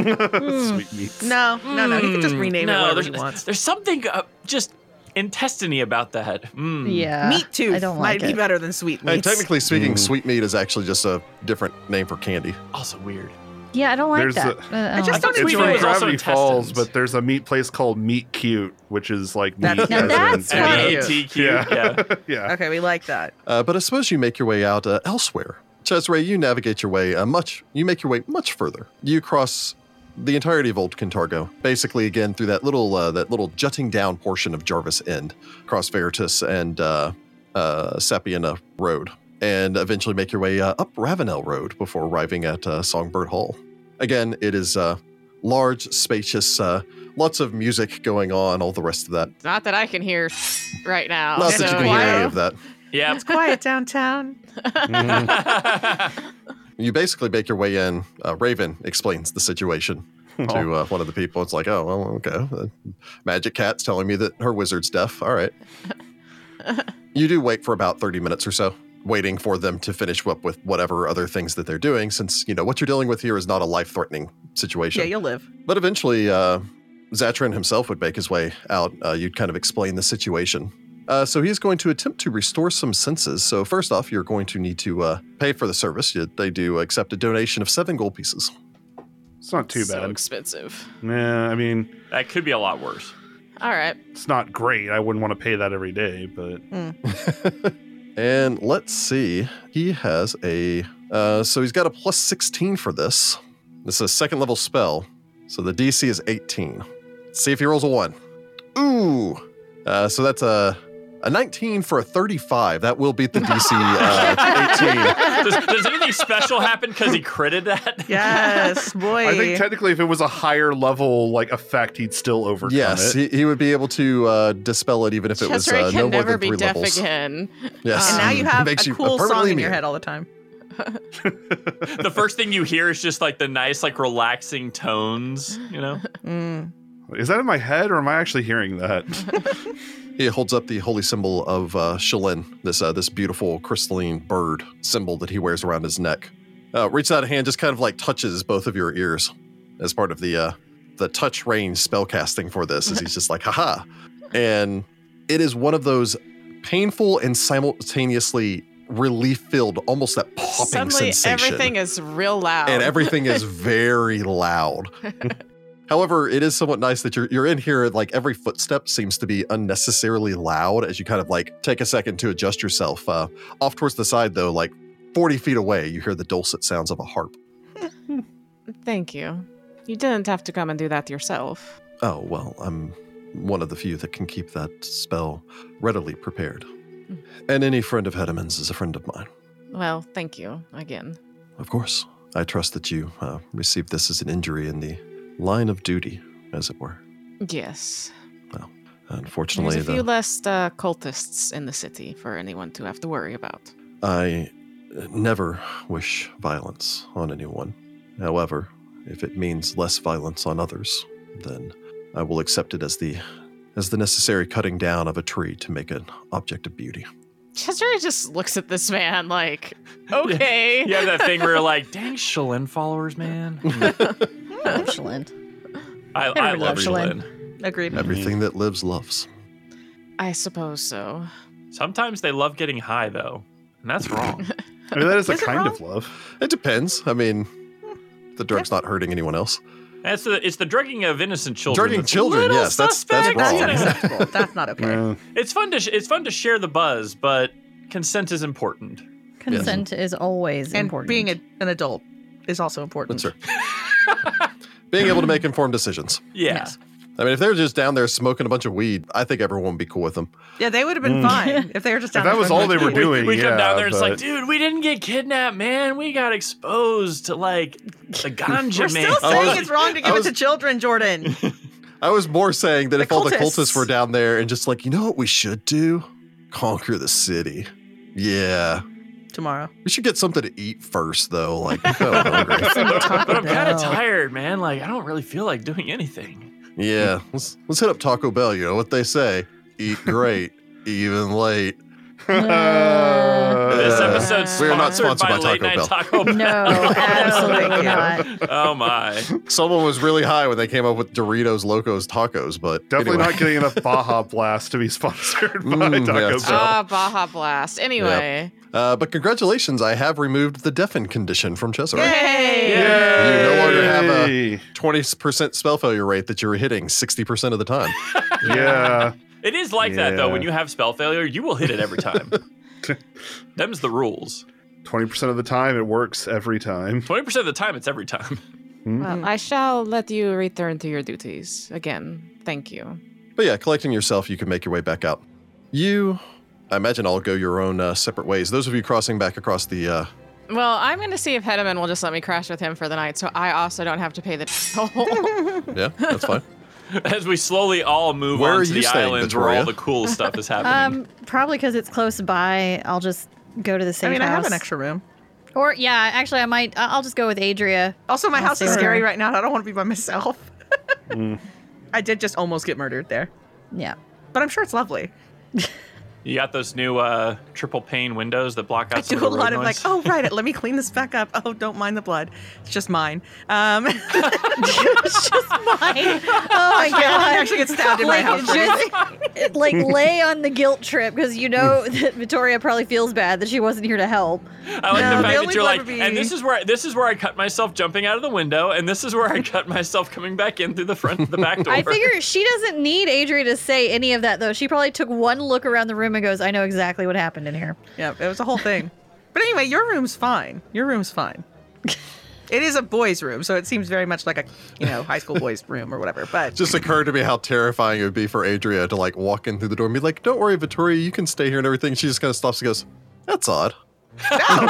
S4: meats.
S5: No, no, no. He can just
S2: Mm,
S5: rename
S2: no,
S5: it whatever
S2: there's,
S5: he wants.
S2: There's something uh, just intestiny about that. Mm.
S3: Yeah.
S5: Hmm. meat tooth
S3: I don't like
S5: might be
S3: it.
S5: better than sweet meats.
S1: And technically speaking,
S4: Mm.
S1: sweet meat is actually just a different name for candy.
S2: Also weird.
S3: Yeah, I don't like
S4: There's
S3: that.
S4: a-
S3: Uh,
S5: I
S3: don't
S5: just
S3: like
S5: don't
S4: It's
S2: Sweet
S4: from
S2: meat is also
S4: Gravity Falls,
S2: intestines.
S4: but there's a meat place called Meat Cute, which is like meat.
S5: That- now
S4: as in-
S3: that's
S2: And
S3: why-
S2: the
S5: Yeah.
S2: ATQ.
S4: Yeah.
S2: Yeah.
S4: yeah.
S5: Okay, we like that.
S1: Uh, but I suppose you make your way out uh, elsewhere. Cesare, you navigate your way uh, much. You make your way much further. You cross the entirety of Old Cantargo, basically again through that little uh, that little jutting down portion of Jarvis End, cross Veritas and uh, uh, Sapiena Road, and eventually make your way uh, up Ravenel Road before arriving at uh, Songbird Hall. Again, it is uh, large, spacious, uh, lots of music going on, all the rest of that.
S6: Not that I can hear right now.
S1: Not
S6: so
S1: that you can hear any of that.
S2: Yep.
S5: It's quiet downtown.
S4: Mhm.
S1: You basically make your way in. Uh, Raven explains the situation to uh, one of the people. It's like, oh, well, okay. Uh, Magic Cat's telling me that her wizard's deaf. All right. you do wait for about 30 minutes or so, waiting for them to finish up with whatever other things that they're doing, since, you know, what you're dealing with here is not a life threatening situation.
S5: Yeah, you'll live.
S1: But eventually, uh, Zatran himself would make his way out. Uh, you'd kind of explain the situation. Uh, so he's going to attempt to restore some senses. So first off, you're going to need to uh, pay for the service. You, they do accept a donation of seven gold pieces.
S4: It's not too
S6: So
S4: bad.
S6: expensive.
S4: Yeah, I mean,
S2: that could be a lot worse.
S6: All right.
S4: it's not great. I wouldn't want to pay that every day, but
S1: And let's see, he has a uh, so he's got a plus sixteen for this. This is a second level spell, so the DC is eighteen. See if he rolls a one. Ooh, uh, so that's a a nineteen for a thirty-five. That will beat the DC uh, eighteen.
S2: Does, does anything special happen because he critted that?
S5: Yes, boy.
S4: I think technically, if it was a higher level like effect, he'd still overcome
S1: Yes,
S4: it.
S1: he, he would be able to uh, dispel it even if it was
S6: Chesare
S1: uh,
S6: can
S1: no more
S6: never
S1: than
S6: be
S1: three
S6: deaf
S1: levels.
S6: again.
S1: Yes,
S5: and now you have
S1: Makes
S5: a
S1: you
S5: cool song
S1: permanently
S5: in your
S1: immune.
S5: head all the time.
S2: the first thing you hear is just like the nice, like relaxing tones, you know?
S5: Mm.
S4: Is that in my head, or am I actually hearing that?
S1: He holds up the holy symbol of uh, Shalin, this uh, this beautiful crystalline bird symbol that he wears around his neck. Uh, reaches out a hand, just kind of like touches both of your ears as part of the uh, the touch range spell casting for this. Is he's just like, haha, and it is one of those painful and simultaneously relief filled, almost that popping
S6: Suddenly,
S1: sensation.
S6: everything is real loud.
S1: and everything is very loud. However, it is somewhat nice that you're you're in here. Like every footstep seems to be unnecessarily loud as you kind of like take a second to adjust yourself. Uh, off towards the side, though, like forty feet away, you hear the dulcet sounds of a harp.
S6: Thank you. You didn't have to come and do that yourself.
S1: Oh well, I'm one of the few that can keep that spell readily prepared.
S6: Hmm.
S1: And any friend of Hedemann's is a friend of mine,
S6: Well, thank you again.
S1: of course. I trust that you uh, received this as an injury in the line of duty, as it were.
S6: Yes.
S1: Unfortunately,
S6: There's a
S1: the-
S6: few less uh, cultists in the city for anyone to have to worry about.
S1: I uh, never wish violence on anyone. However, if it means less violence on others, then I will accept it as the as the necessary cutting down of a tree to make an object of beauty.
S6: Cesare just looks at this man like, okay.
S2: You have that thing where you're like, dang, Shalin followers, man.
S3: Excellent.
S2: I, I
S3: Everyone
S2: love
S3: loves Shalin.
S2: Shalin.
S5: Agreed.
S1: Everything that lives loves.
S6: I suppose so.
S2: Sometimes they love getting high, though, and that's wrong.
S4: I mean, that is a
S5: Is it
S4: kind
S5: wrong?
S4: of love.
S1: It depends. I mean, the drug's not hurting anyone else.
S2: That's the, it's the drugging of innocent children.
S1: Drugging
S2: that's a
S1: children,
S2: little
S1: yes, that's that's
S2: suspect.
S5: That's
S1: wrong.
S5: unacceptable. That's not okay.
S4: Yeah.
S2: It's fun to sh- it's fun to share the buzz, but consent is important.
S3: Consent is always
S5: and
S3: important.
S5: being a, an adult is also important.
S1: That's right. Being able to make informed decisions.
S2: Yeah.
S5: Yes.
S1: I mean, if they're just down there smoking a bunch of weed, I think everyone would be cool with them.
S5: Yeah, they would have been
S4: Mm.
S5: fine if they were just.
S4: If
S5: down
S4: that
S5: there
S4: was
S5: smoking
S4: all they were
S5: weed.
S2: We-
S4: doing,
S2: we
S4: yeah,
S2: come down there, and it's like,
S4: but-
S2: dude, we didn't get kidnapped, man. We got exposed to like the ganja
S5: We're
S2: man.
S5: still
S1: I
S5: saying
S1: was-
S5: it's wrong to
S1: I
S5: give
S1: was-
S5: it to children, Jordan.
S1: I was more saying that
S5: The
S1: if all the
S5: cultists.
S1: cultists were down there and just like, you know what we should do? Conquer the city. Yeah.
S5: Tomorrow.
S1: We should get something to eat first, though. Like, I'm kinda hungry.
S2: but I'm kind of tired, man. Like I don't really feel like doing anything.
S1: Yeah, let's let's hit up Taco Bell. You know what they say: eat great, even late.
S3: Uh,
S2: this
S1: Uh,
S2: episode's
S6: we are not
S2: sponsored
S1: sponsored by
S2: by, Late
S1: Taco Bell.
S2: Night Taco Bell.
S3: No,
S5: Thank
S3: absolutely
S5: you.
S3: not.
S2: oh my.
S1: Someone was really high when they came up with Doritos Locos Tacos, but
S4: Definitely
S1: anyway.
S4: not getting enough Baja Blast to be sponsored by
S1: Mm,
S4: Taco
S1: yeah,
S4: Bell.
S1: it's true.
S6: Ah, Baja Blast. Anyway,
S1: Uh, but congratulations, I have removed the deafen condition from Chesar.
S5: Yay!
S2: Oh, Yeah.
S1: You no longer have a-
S4: Yay.
S1: Twenty percent spell failure rate that you're hitting sixty percent of the time.
S4: Yeah.
S2: It is like that though.
S4: Yeah.
S2: When you have spell failure, you will hit it every time. Them's the rules.
S4: Twenty percent of the time, it works every time.
S2: Twenty percent of the time, it's every time.
S6: well, Um, I shall let you return to your duties again. Thank you.
S1: but yeah, collecting yourself, you can make your way back out. You, I imagine, all go your own uh, separate ways. Those of you crossing back across the uh,
S6: Well, I'm going to see if Hedeman will just let me crash with him for the night, so I also don't have to pay the toll.
S1: yeah, that's fine.
S2: As we slowly all move
S1: Where
S2: on
S1: are
S2: to
S1: you
S2: the
S1: staying,
S2: islands where all
S1: Victoria?
S2: the cool stuff is happening.
S3: Um, probably because it's close by. I'll just go to the
S5: I
S3: same
S5: mean, I
S3: house.
S5: have an extra room.
S3: Or yeah, actually, I might. I- I'll just go with Adria.
S5: Also, my
S3: I'll
S5: house is
S3: see her.
S5: scary right now. I don't want to be by myself. Mm. I did just almost get murdered there,
S3: Yeah.
S5: but I'm sure it's lovely.
S2: you got those new uh, triple pane windows that block out
S5: I
S2: some
S5: do a
S2: of the road
S5: lot of like,
S2: noise.
S5: oh right, let me clean this back up. Oh, don't mind the blood; it's just mine. Um,
S3: it's just mine. Oh my
S5: I
S3: god.
S5: actually get stabbed in my
S3: Like
S5: house.
S3: just like lay on the guilt trip because you know that Vittoria probably feels bad that she wasn't here to help.
S2: I like
S5: No,
S2: the fact
S5: the
S2: that
S5: only
S2: you're like,
S5: blood would be-
S2: and this is where this is where I cut myself jumping out of the window, and this is where I cut myself coming back in through the front, the back door.
S3: I figure she doesn't need Adria to say any of that though. She probably took one look around the room and goes, "I know exactly what happened in here."
S5: yeah, it was a whole thing. But anyway, your room's fine. Your room's fine. It is a boys' room, so it seems very much like a you know high school boys' room or whatever. But
S1: just occurred to me how terrifying it would be for Adria to like walk in through the door and be like, "Don't worry, Vittoria, you can stay here and everything." She just kind of stops and goes, "That's odd."
S5: I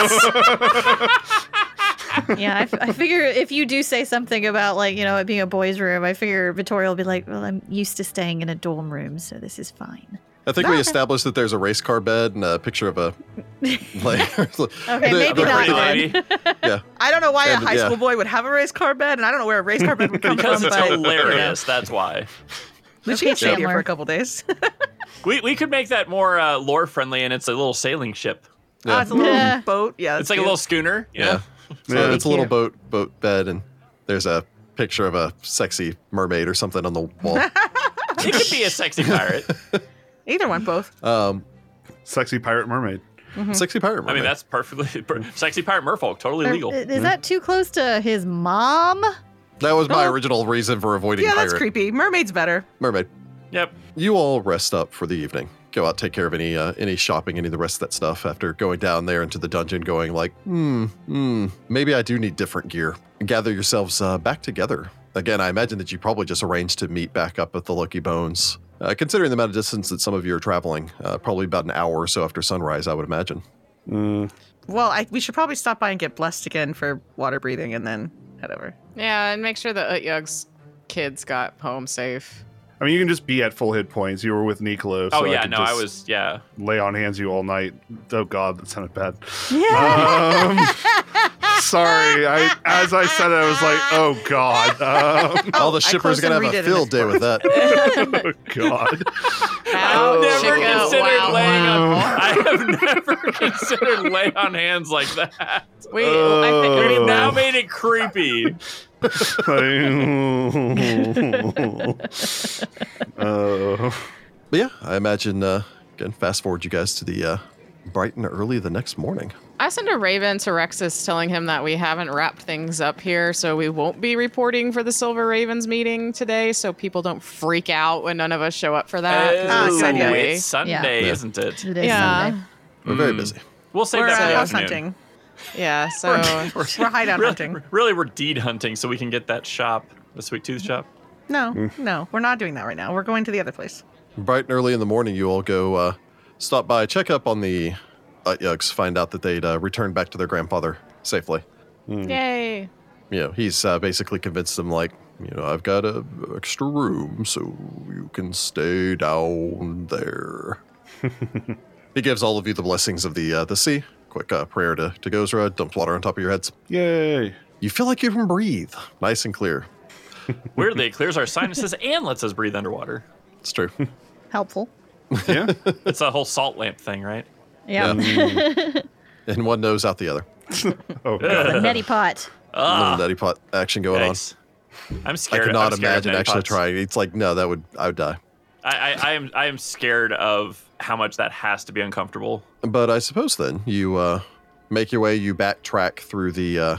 S5: don't see ghosts.
S3: Yeah, I, f- I figure if you do say something about like you know it being a boys' room, I figure Vittoria will be like, "Well, I'm used to staying in a dorm room, so this is fine."
S1: I think we established that there's a race car bed and a picture of a like.
S3: Okay, maybe
S2: the
S3: not
S2: pretty
S3: then.
S2: lady
S5: I don't know why a
S1: And,
S5: high
S1: yeah.
S5: school boy would have a race car bed, and I don't know where a race car bed would come
S2: because
S5: from.
S2: it's
S5: but
S2: hilarious. That's why
S5: But she can stay here
S3: Chandler.
S5: for a couple days.
S2: we we could make that more uh, lore friendly, and it's a little sailing ship.
S5: Ah, it's a little
S3: Yeah.
S5: boat. Yeah,
S2: It's like a little scooner. you know?
S1: Yeah, so
S4: Yeah.
S1: it's a little boat boat bed and there's a picture of a sexy mermaid or something on the wall.
S2: it could be a sexy pirate.
S5: Either one, both.
S1: Um,
S4: Sexy pirate mermaid.
S1: Sexy pirate.
S2: I mean,
S1: mermaid.
S2: that's perfectly per- sexy pirate merfolk, totally
S3: Or-
S2: legal.
S3: Is that too close to his mom?
S1: that was my
S5: Oh.
S1: original reason for avoiding
S5: yeah,
S1: pirate
S5: that's creepy. Mermaid's better.
S1: mermaid.
S2: Yep.
S1: you all rest up for the evening. Go out, take care of any uh, any shopping, any of the rest of that stuff. After going down there into the dungeon, going like, hmm, hmm, maybe I do need different gear. Gather yourselves uh, back together again. I imagine that you probably just arranged to meet back up at the Lucky Bones. Uh, considering the amount of distance that some of you are traveling, uh, probably about an hour or so after sunrise, I would imagine.
S4: Mm.
S5: Well, I, we should probably stop by and get blessed again for water breathing, and then head over.
S6: yeah, and make sure the Utyug's kids got home safe.
S4: I mean, you can just be at full hit points. You were with Nicola. So
S2: oh yeah,
S4: could
S2: no,
S4: just
S2: I was yeah.
S4: lay on hands you all night. Oh God, that sounded bad. Yeah. Um, sorry. I as I said it, I was like, oh God, um,
S1: all the shippers
S5: Oh, closed
S1: gonna
S5: and
S1: have a
S5: redid an
S1: field day with that.
S4: oh God.
S6: Ow,
S2: never
S6: chicka,
S2: considered
S6: wow,
S2: laying
S6: wow.
S2: on. I have never considered lay on hands like that.
S6: We, I think
S4: Oh.
S6: we
S2: We've
S6: need
S2: now made it creepy.
S4: oh.
S1: but yeah, I imagine. Uh, again, fast forward you guys to the uh, bright and early the next morning.
S6: I sent a raven to Rexus telling him that we haven't wrapped things up here, so we won't be reporting for the Silver Ravens meeting today, so people don't freak out when none of us show up for that.
S5: Ah,
S2: Oh,
S5: it's Sunday.
S2: it's Sunday,
S3: Yeah.
S2: isn't it?
S3: It is
S6: Yeah.
S3: Sunday.
S1: We're very busy.
S2: We'll save
S5: We're
S2: that for
S5: uh,
S2: the
S5: house
S2: afternoon.
S5: hunting.
S6: Yeah, so
S5: We're hideout
S2: Really,
S5: hunting.
S2: really, we're deed hunting so we can get that shop, the sweet tooth shop.
S5: No, no, we're not doing that right now. We're going to the other place.
S1: Bright and early in the morning, you all go uh, stop by, check up on the uh, Yugs, find out that they'd uh, returned back to their grandfather safely. Mm.
S6: yay.
S1: You know, he's uh, basically convinced them, like, you know, I've got a extra room, so you can stay down there. he gives all of you the blessings of the uh, the sea. Quick uh, prayer to, to Gozra, dumps water on top of your heads.
S4: Yay!
S1: You feel like you can breathe nice and clear.
S2: Weirdly, it clears our sinuses and lets us breathe underwater.
S1: It's true.
S3: Helpful.
S4: Yeah.
S2: It's a whole salt lamp thing, right?
S3: Yeah.
S1: and one nose out the other.
S4: Oh god.
S3: the neti pot.
S1: Little nutty pot action going on.
S2: Ah. Yikes. I'm
S1: I
S2: scared.
S1: could not
S2: I'm scared of
S1: imagine actually
S2: nanopods.
S1: trying. It's like no, that would I would die.
S2: I, I, I am I am scared of how much that has to be uncomfortable.
S1: But I suppose then you uh, make your way, you backtrack through the uh,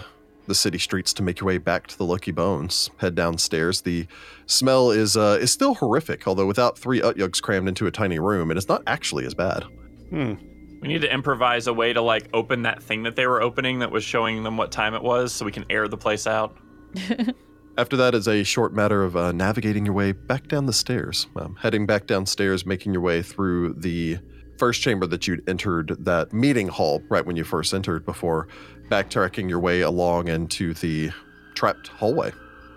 S1: the city streets to make your way back to the Lucky Bones. Head downstairs. The smell is uh, is still horrific, although without three Utyugs crammed into a tiny room, and it's not actually as bad.
S2: We need to improvise a way to like open that thing that they were opening that was showing them what time it was, so we can air the place out.
S1: After that is a short matter of uh, navigating your way back down the stairs, um, heading back downstairs, making your way through the first chamber that you'd entered, that meeting hall right when you first entered, before backtracking your way along into the trapped hallway.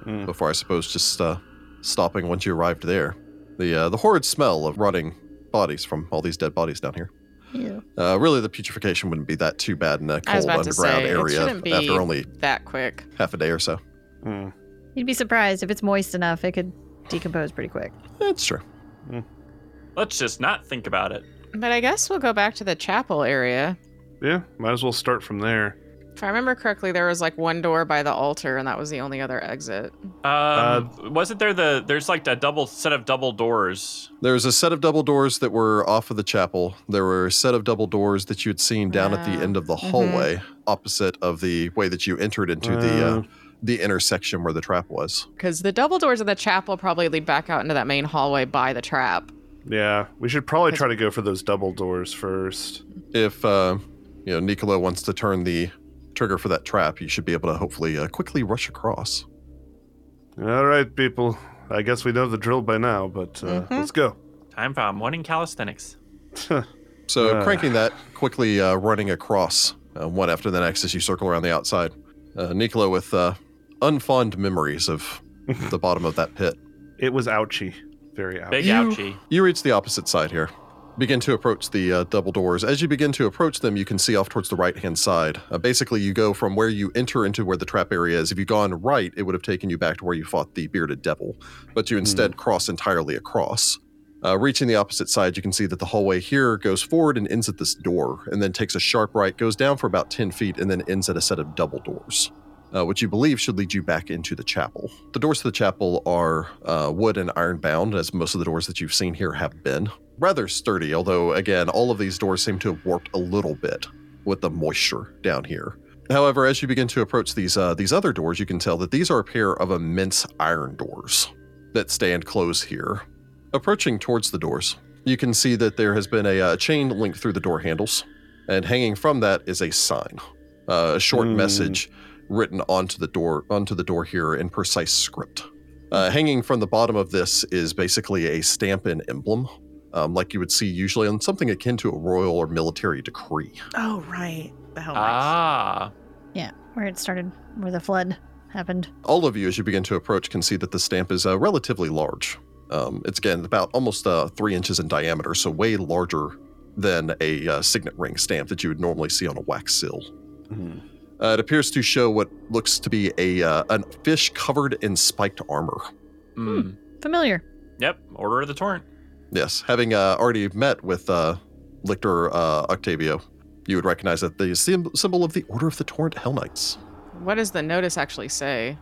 S4: Mm.
S1: Before I suppose just uh, stopping once you arrived there, the uh, the horrid smell of rotting bodies from all these dead bodies down here.
S3: Ew.
S1: Uh, really, the putrefaction wouldn't be that too bad in a
S6: I
S1: cold
S6: was about
S1: underground
S6: to say, it
S1: area
S6: shouldn't be-
S1: after only
S6: That quick.
S1: half a day or so.
S4: Mm.
S3: You'd be surprised if it's moist enough, it could decompose pretty quick.
S1: That's true.
S2: Let's just not think about it.
S6: But I guess we'll go back to the chapel area.
S4: Yeah. Might as well start from there.
S6: If I remember correctly, there was like one door by the altar, and that was the only other exit.
S2: Um,
S4: Uh,
S2: wasn't there the there's like a double set of double doors?
S1: There was a set of double doors that were off of the chapel. There were a set of double doors that you had seen down at the
S6: Ah,
S1: end of the
S6: mhm.
S1: hallway, opposite of the way that you entered into the uh, the intersection where the trap was.
S6: Because the double doors of the chapel probably lead back out into that main hallway by the trap.
S4: Yeah, we should probably try to go for those double doors first.
S1: If uh, you know Nicola wants to turn the trigger for that trap, you should be able to hopefully uh, quickly rush across.
S4: All right, people. I guess we know the drill by now, but uh, let's go.
S2: Time for our morning calisthenics.
S1: So
S4: Ah.
S1: cranking that quickly, uh, running across uh, one after the next as you circle around the outside. Uh, Nicola with uh, unfond memories of the bottom of that pit.
S4: It was ouchy, very ouchy.
S2: Big
S1: You-
S2: ouchie.
S1: You reach the opposite side here. Begin to approach the uh, double doors. As you begin to approach them, you can see off towards the right hand side. Uh, basically, you go from where you enter into where the trap area is. If you'd gone right, it would have taken you back to where you fought the bearded devil, but you instead cross entirely across. Uh, reaching the opposite side, you can see that the hallway here goes forward and ends at this door, and then takes a sharp right, goes down for about 10 feet, and then ends at a set of double doors, uh, which you believe should lead you back into the chapel. The doors to the chapel are uh, wood and iron bound, as most of the doors that you've seen here have been. Rather sturdy, although, again, all of these doors seem to have warped a little bit with the moisture down here. However, as you begin to approach these uh, these other doors, you can tell that these are a pair of immense iron doors that stand closed here, Approaching towards the doors, you can see that there has been a uh, chain linked through the door handles, and hanging from that is a sign, uh, a short
S4: Hmm.
S1: message written onto the door onto the door here in precise script. Uh, hanging from the bottom of this is basically a stamp and emblem, um, like you would see usually on something akin to a royal or military decree.
S5: Oh, right. The hell
S2: ah,
S3: Where it started, where the flood happened.
S1: all of you, as you begin to approach, can see that the stamp is uh, relatively large. Um, it's again about almost uh, three inches in diameter, so way larger than a uh, signet ring stamp that you would normally see on a wax seal.
S4: Mhm.
S1: Uh, it appears to show what looks to be a uh, an fish covered in spiked armor.
S3: Hmm.
S2: mm.
S3: Familiar.
S2: yep. Order of the torrent.
S1: Yes, having uh, already met with uh, Lictor uh, Octavio, you would recognize that the sym- symbol of the Order of the Torrent Hell Knights.
S6: What does the notice actually say?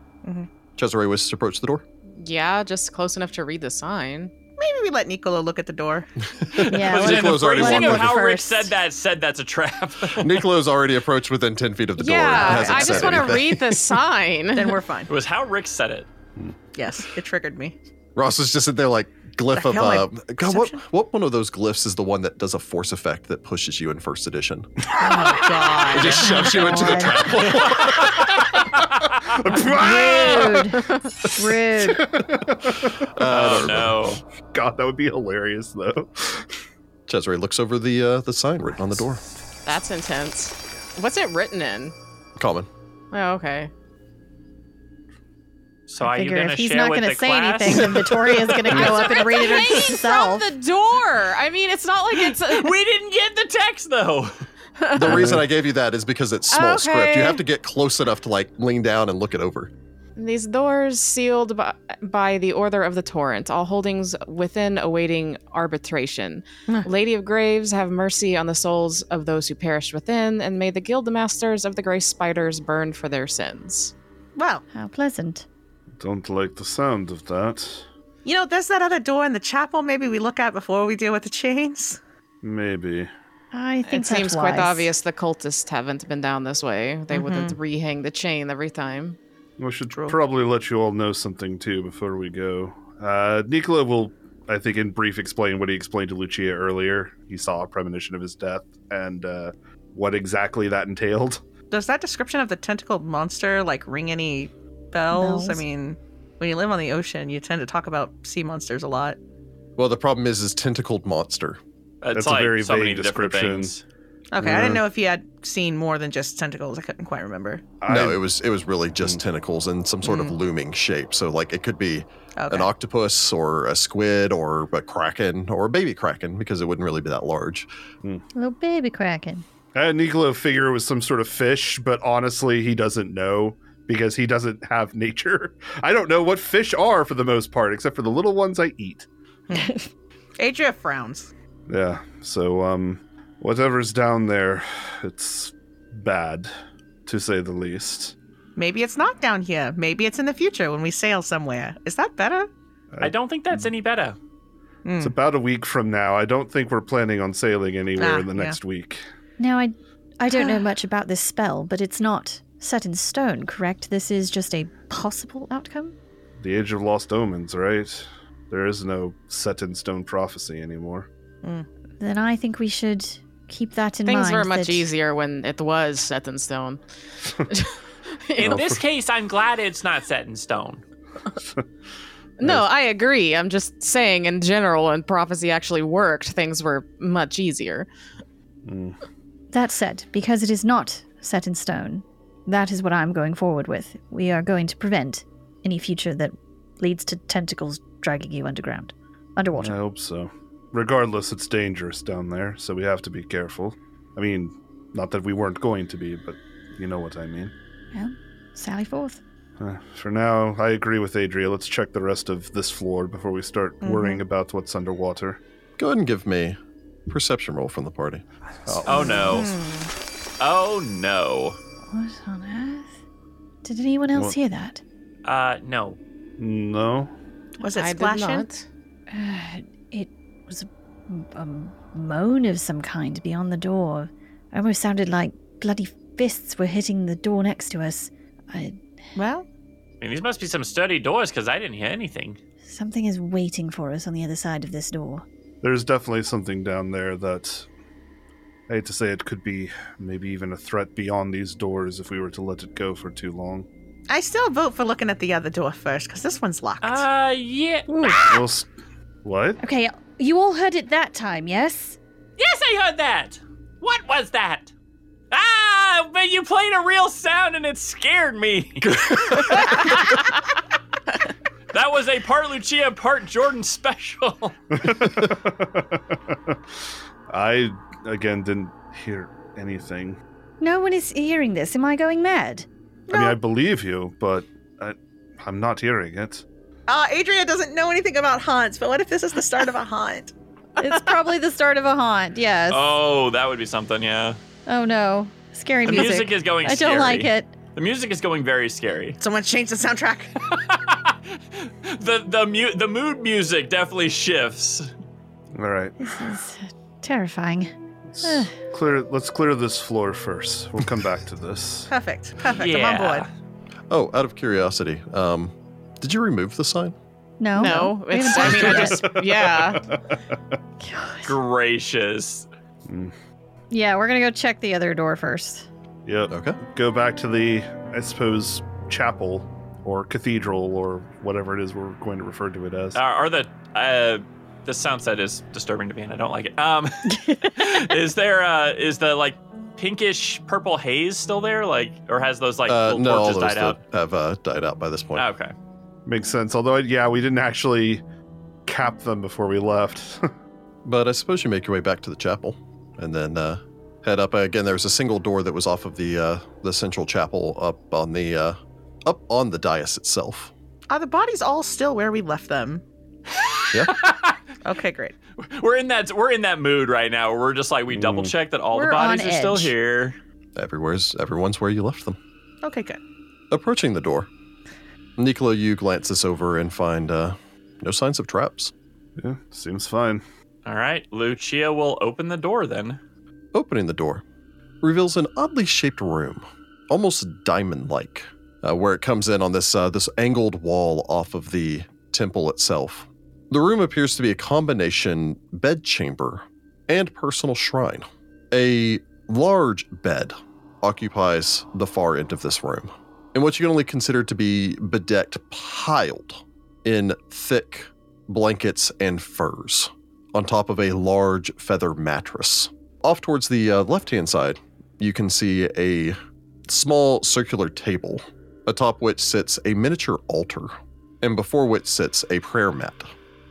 S1: Cesare wishes to approach the door.
S6: Yeah, just close enough to read the sign.
S5: makes. Maybe we let Nicola look at the door.
S3: Yeah.
S2: Was it in
S1: Nico's
S2: the
S1: already
S2: phrasing of
S1: walked
S2: how Rick
S3: first.
S2: said that said that's a trap. it
S1: Niccolo's already approached within 10 feet of the door.
S6: yeah,
S1: hasn't
S6: I
S1: said
S6: just want to
S1: anything.
S6: read the sign.
S5: Then we're fine.
S2: was how Rick said it.
S5: Yes, it triggered me.
S1: Ross is just sitting there like, glyph
S5: The
S1: of
S5: hell, I-
S1: uh, God, what
S5: Perception?
S1: what one of those glyphs is the one that does a force effect that pushes you in first edition?
S3: Oh
S1: It
S3: god.
S1: just shoves you into the
S3: God.
S1: trap hole.
S3: Rude. Rude.
S4: Uh,
S2: Oh
S1: Uh,
S2: no.
S4: God, that would be hilarious though.
S1: Cesare looks over the uh, the sign written on the door.
S6: That's intense. What's it written in?
S1: Common.
S6: Oh, okay.
S2: So are you
S3: Figure
S2: gonna
S3: if he's
S2: share
S3: not
S2: with
S3: gonna
S2: the
S3: say
S2: class?
S3: anything, then Victoria's gonna go up and read it
S6: Hanging from
S3: herself.
S6: the door. I mean, it's not like it's. A,
S2: we didn't get the text though.
S1: The reason I gave you that is because it's small script. You
S6: Okay.
S1: have to get close enough to like lean down and look it over.
S6: These doors sealed by, by the order of the torrent, all holdings within awaiting arbitration. Lady of Graves, have mercy on the souls of those who perished within, and may the guild masters of the Grey Spiders burn for their sins.
S5: Well,
S3: How pleasant.
S4: Don't like the sound of that.
S5: you know, there's that other door in the chapel. Maybe we look at before we deal with the chains.
S4: Maybe.
S3: I think
S6: It
S3: that's
S6: seems
S3: wise. Mm-hmm.
S6: quite obvious the cultists haven't been down this way. They wouldn't rehang the chain every time.
S4: We should probably let you all know something too before we go. Uh, Nicola will, I think, in brief, explain what he explained to Lucia earlier. He saw a premonition of his death and uh, what exactly that entailed.
S5: Does that description of the tentacled monster like ring any bells? I
S3: Bells?
S5: mean, when you live on the ocean, you tend to talk about sea monsters a lot.
S1: Well, the problem is, is tentacled monster.
S2: It's
S4: That's a
S2: like
S4: very
S2: so many
S4: vague
S2: different
S4: description.
S2: things.
S5: Okay, I
S4: Yeah.
S5: didn't know if you had seen more than just tentacles. I couldn't quite remember.
S1: No,
S4: I-
S1: it was it was really just tentacles and some sort of looming shape. So like it could be
S5: Mm. Okay.
S1: an octopus or a squid or a kraken or a baby kraken because it wouldn't really be that large.
S3: Little baby kraken.
S4: Uh, Nicola figure it was some sort of fish, but honestly, he doesn't know because he doesn't have nature. I don't know what fish are for the most part, except for the little ones I eat.
S5: Adria frowns.
S4: Yeah. So, um, whatever's down there, it's bad, to say the least.
S5: Maybe it's not down here. Maybe it's in the future when we sail somewhere. Is that better?
S2: I don't think that's any better.
S5: Hmm.
S4: It's about a week from now. I don't think we're planning on sailing anywhere
S5: Ah,
S4: in the
S5: yeah.
S4: next week.
S3: Now I I don't know much about this spell, but it's not set in stone, correct? This is just a possible outcome?
S4: The Age of Lost Omens, right? There is no set in stone prophecy anymore.
S3: Then I think we should keep that in mind.
S6: Things were much
S3: that-
S6: easier when it was set in stone.
S2: In this case, I'm glad it's not set in stone.
S6: No, I agree. I'm just saying, in general, when prophecy actually worked, things were much easier.
S4: Hmm.
S3: That said, because it is not set in stone, that is what I'm going forward with. We are going to prevent any future that leads to tentacles dragging you underground, underwater.
S4: I hope so. Regardless, it's dangerous down there, so we have to be careful. I mean, not that we weren't going to be, but you know what I mean.
S3: Well, sally forth.
S4: Uh, for now, I agree with Adria. Let's check the rest of this floor before we start worrying about what's underwater.
S1: Go ahead and give me a perception roll from the party.
S4: Uh,
S2: Oh no.
S5: Hmm.
S2: Oh no.
S3: What on earth? Did anyone else
S4: What?
S3: hear that?
S2: Uh no.
S4: No?
S5: Was it
S6: I did
S5: splashing?
S6: not.
S3: Uh, it was a, a moan of some kind beyond the door. It almost sounded like bloody fists were hitting the door next to us. I,
S5: Well,
S2: I mean, these must be some sturdy doors because I didn't hear anything.
S3: something is waiting for us on the other side of this door.
S4: There's definitely something down there that. I hate to say it could be maybe even a threat beyond these doors if we were to let it go for too long.
S5: I still vote for looking at the other door first because this one's locked.
S2: Uh yeah.
S4: We'll s- what?
S3: Okay, you all heard it that time, yes?
S2: Yes, I heard that. What was that? Ah, but you played a real sound and it scared me. that was a part Lucia, part Jordan special.
S4: I, again, didn't hear anything.
S3: No one is hearing this. Am I going mad?
S4: I mean, I believe you, but I, I'm not hearing it.
S5: Uh, Adria doesn't know anything about haunts, but what if this is the start of a haunt?
S3: It's probably the start of a haunt, yes.
S2: oh, that would be something, yeah.
S3: Oh no. Scary
S2: The
S3: music.
S2: music is going
S3: I don't
S2: scary.
S3: like it.
S2: The music is going very scary.
S5: Someone change the soundtrack.
S2: The the mu- the mood music definitely shifts.
S4: All right.
S3: This is terrifying.
S4: Let's clear, let's clear this floor first. We'll come back to this.
S5: Perfect. Perfect. I'm
S2: yeah.
S5: on board.
S1: Oh, out of curiosity, um, did you remove the sign?
S3: No.
S6: no,
S3: We
S6: it's. I
S3: haven't
S6: mean, I
S3: touched it
S6: just. Yeah.
S3: yet. God.
S2: Gracious.
S3: Yeah, we're gonna go check the other door first.
S4: Yep.
S1: Okay.
S4: Go back to the, I suppose, chapel or cathedral or whatever it is we're going to refer to it as.
S2: Are, are the uh, the sound set is disturbing to me, and I don't like it. Um, is there uh, is the like pinkish purple haze still there, like, or has those like
S1: Uh,
S2: little
S1: no, all
S2: torches
S1: those
S2: died
S1: that
S2: out?
S1: have uh, died out by this point.
S2: Oh, okay.
S4: Makes sense. Although, yeah, we didn't actually cap them before we left.
S1: But I suppose you make your way back to the chapel, and then uh, head up again. There was a single door that was off of the uh, the central chapel up on the uh, up on the dais itself.
S5: Are the bodies all still where we left them?
S1: Yeah.
S5: Okay, great.
S2: We're in that we're in that mood right now. Where we're just like
S1: Mm.
S2: we double check that all
S3: We're
S2: the bodies
S3: on
S2: are still
S3: edge.
S2: here.
S1: Everywhere's everyone's where you left them.
S5: Okay, good.
S1: Approaching the door, Nicola, you glances over and find uh, no signs of traps.
S4: yeah, seems fine.
S2: All right, Lucia will open the door then.
S1: Opening the door reveals an oddly shaped room, almost diamond-like, uh, where it comes in on this uh, this angled wall off of the temple itself. The room appears to be a combination bedchamber and personal shrine. A large bed occupies the far end of this room, and what you can only consider to be bedecked, piled in thick blankets and furs, on top of a large feather mattress off towards the uh, left hand side, you can see a small circular table, atop which sits a miniature altar, and before which sits a prayer mat.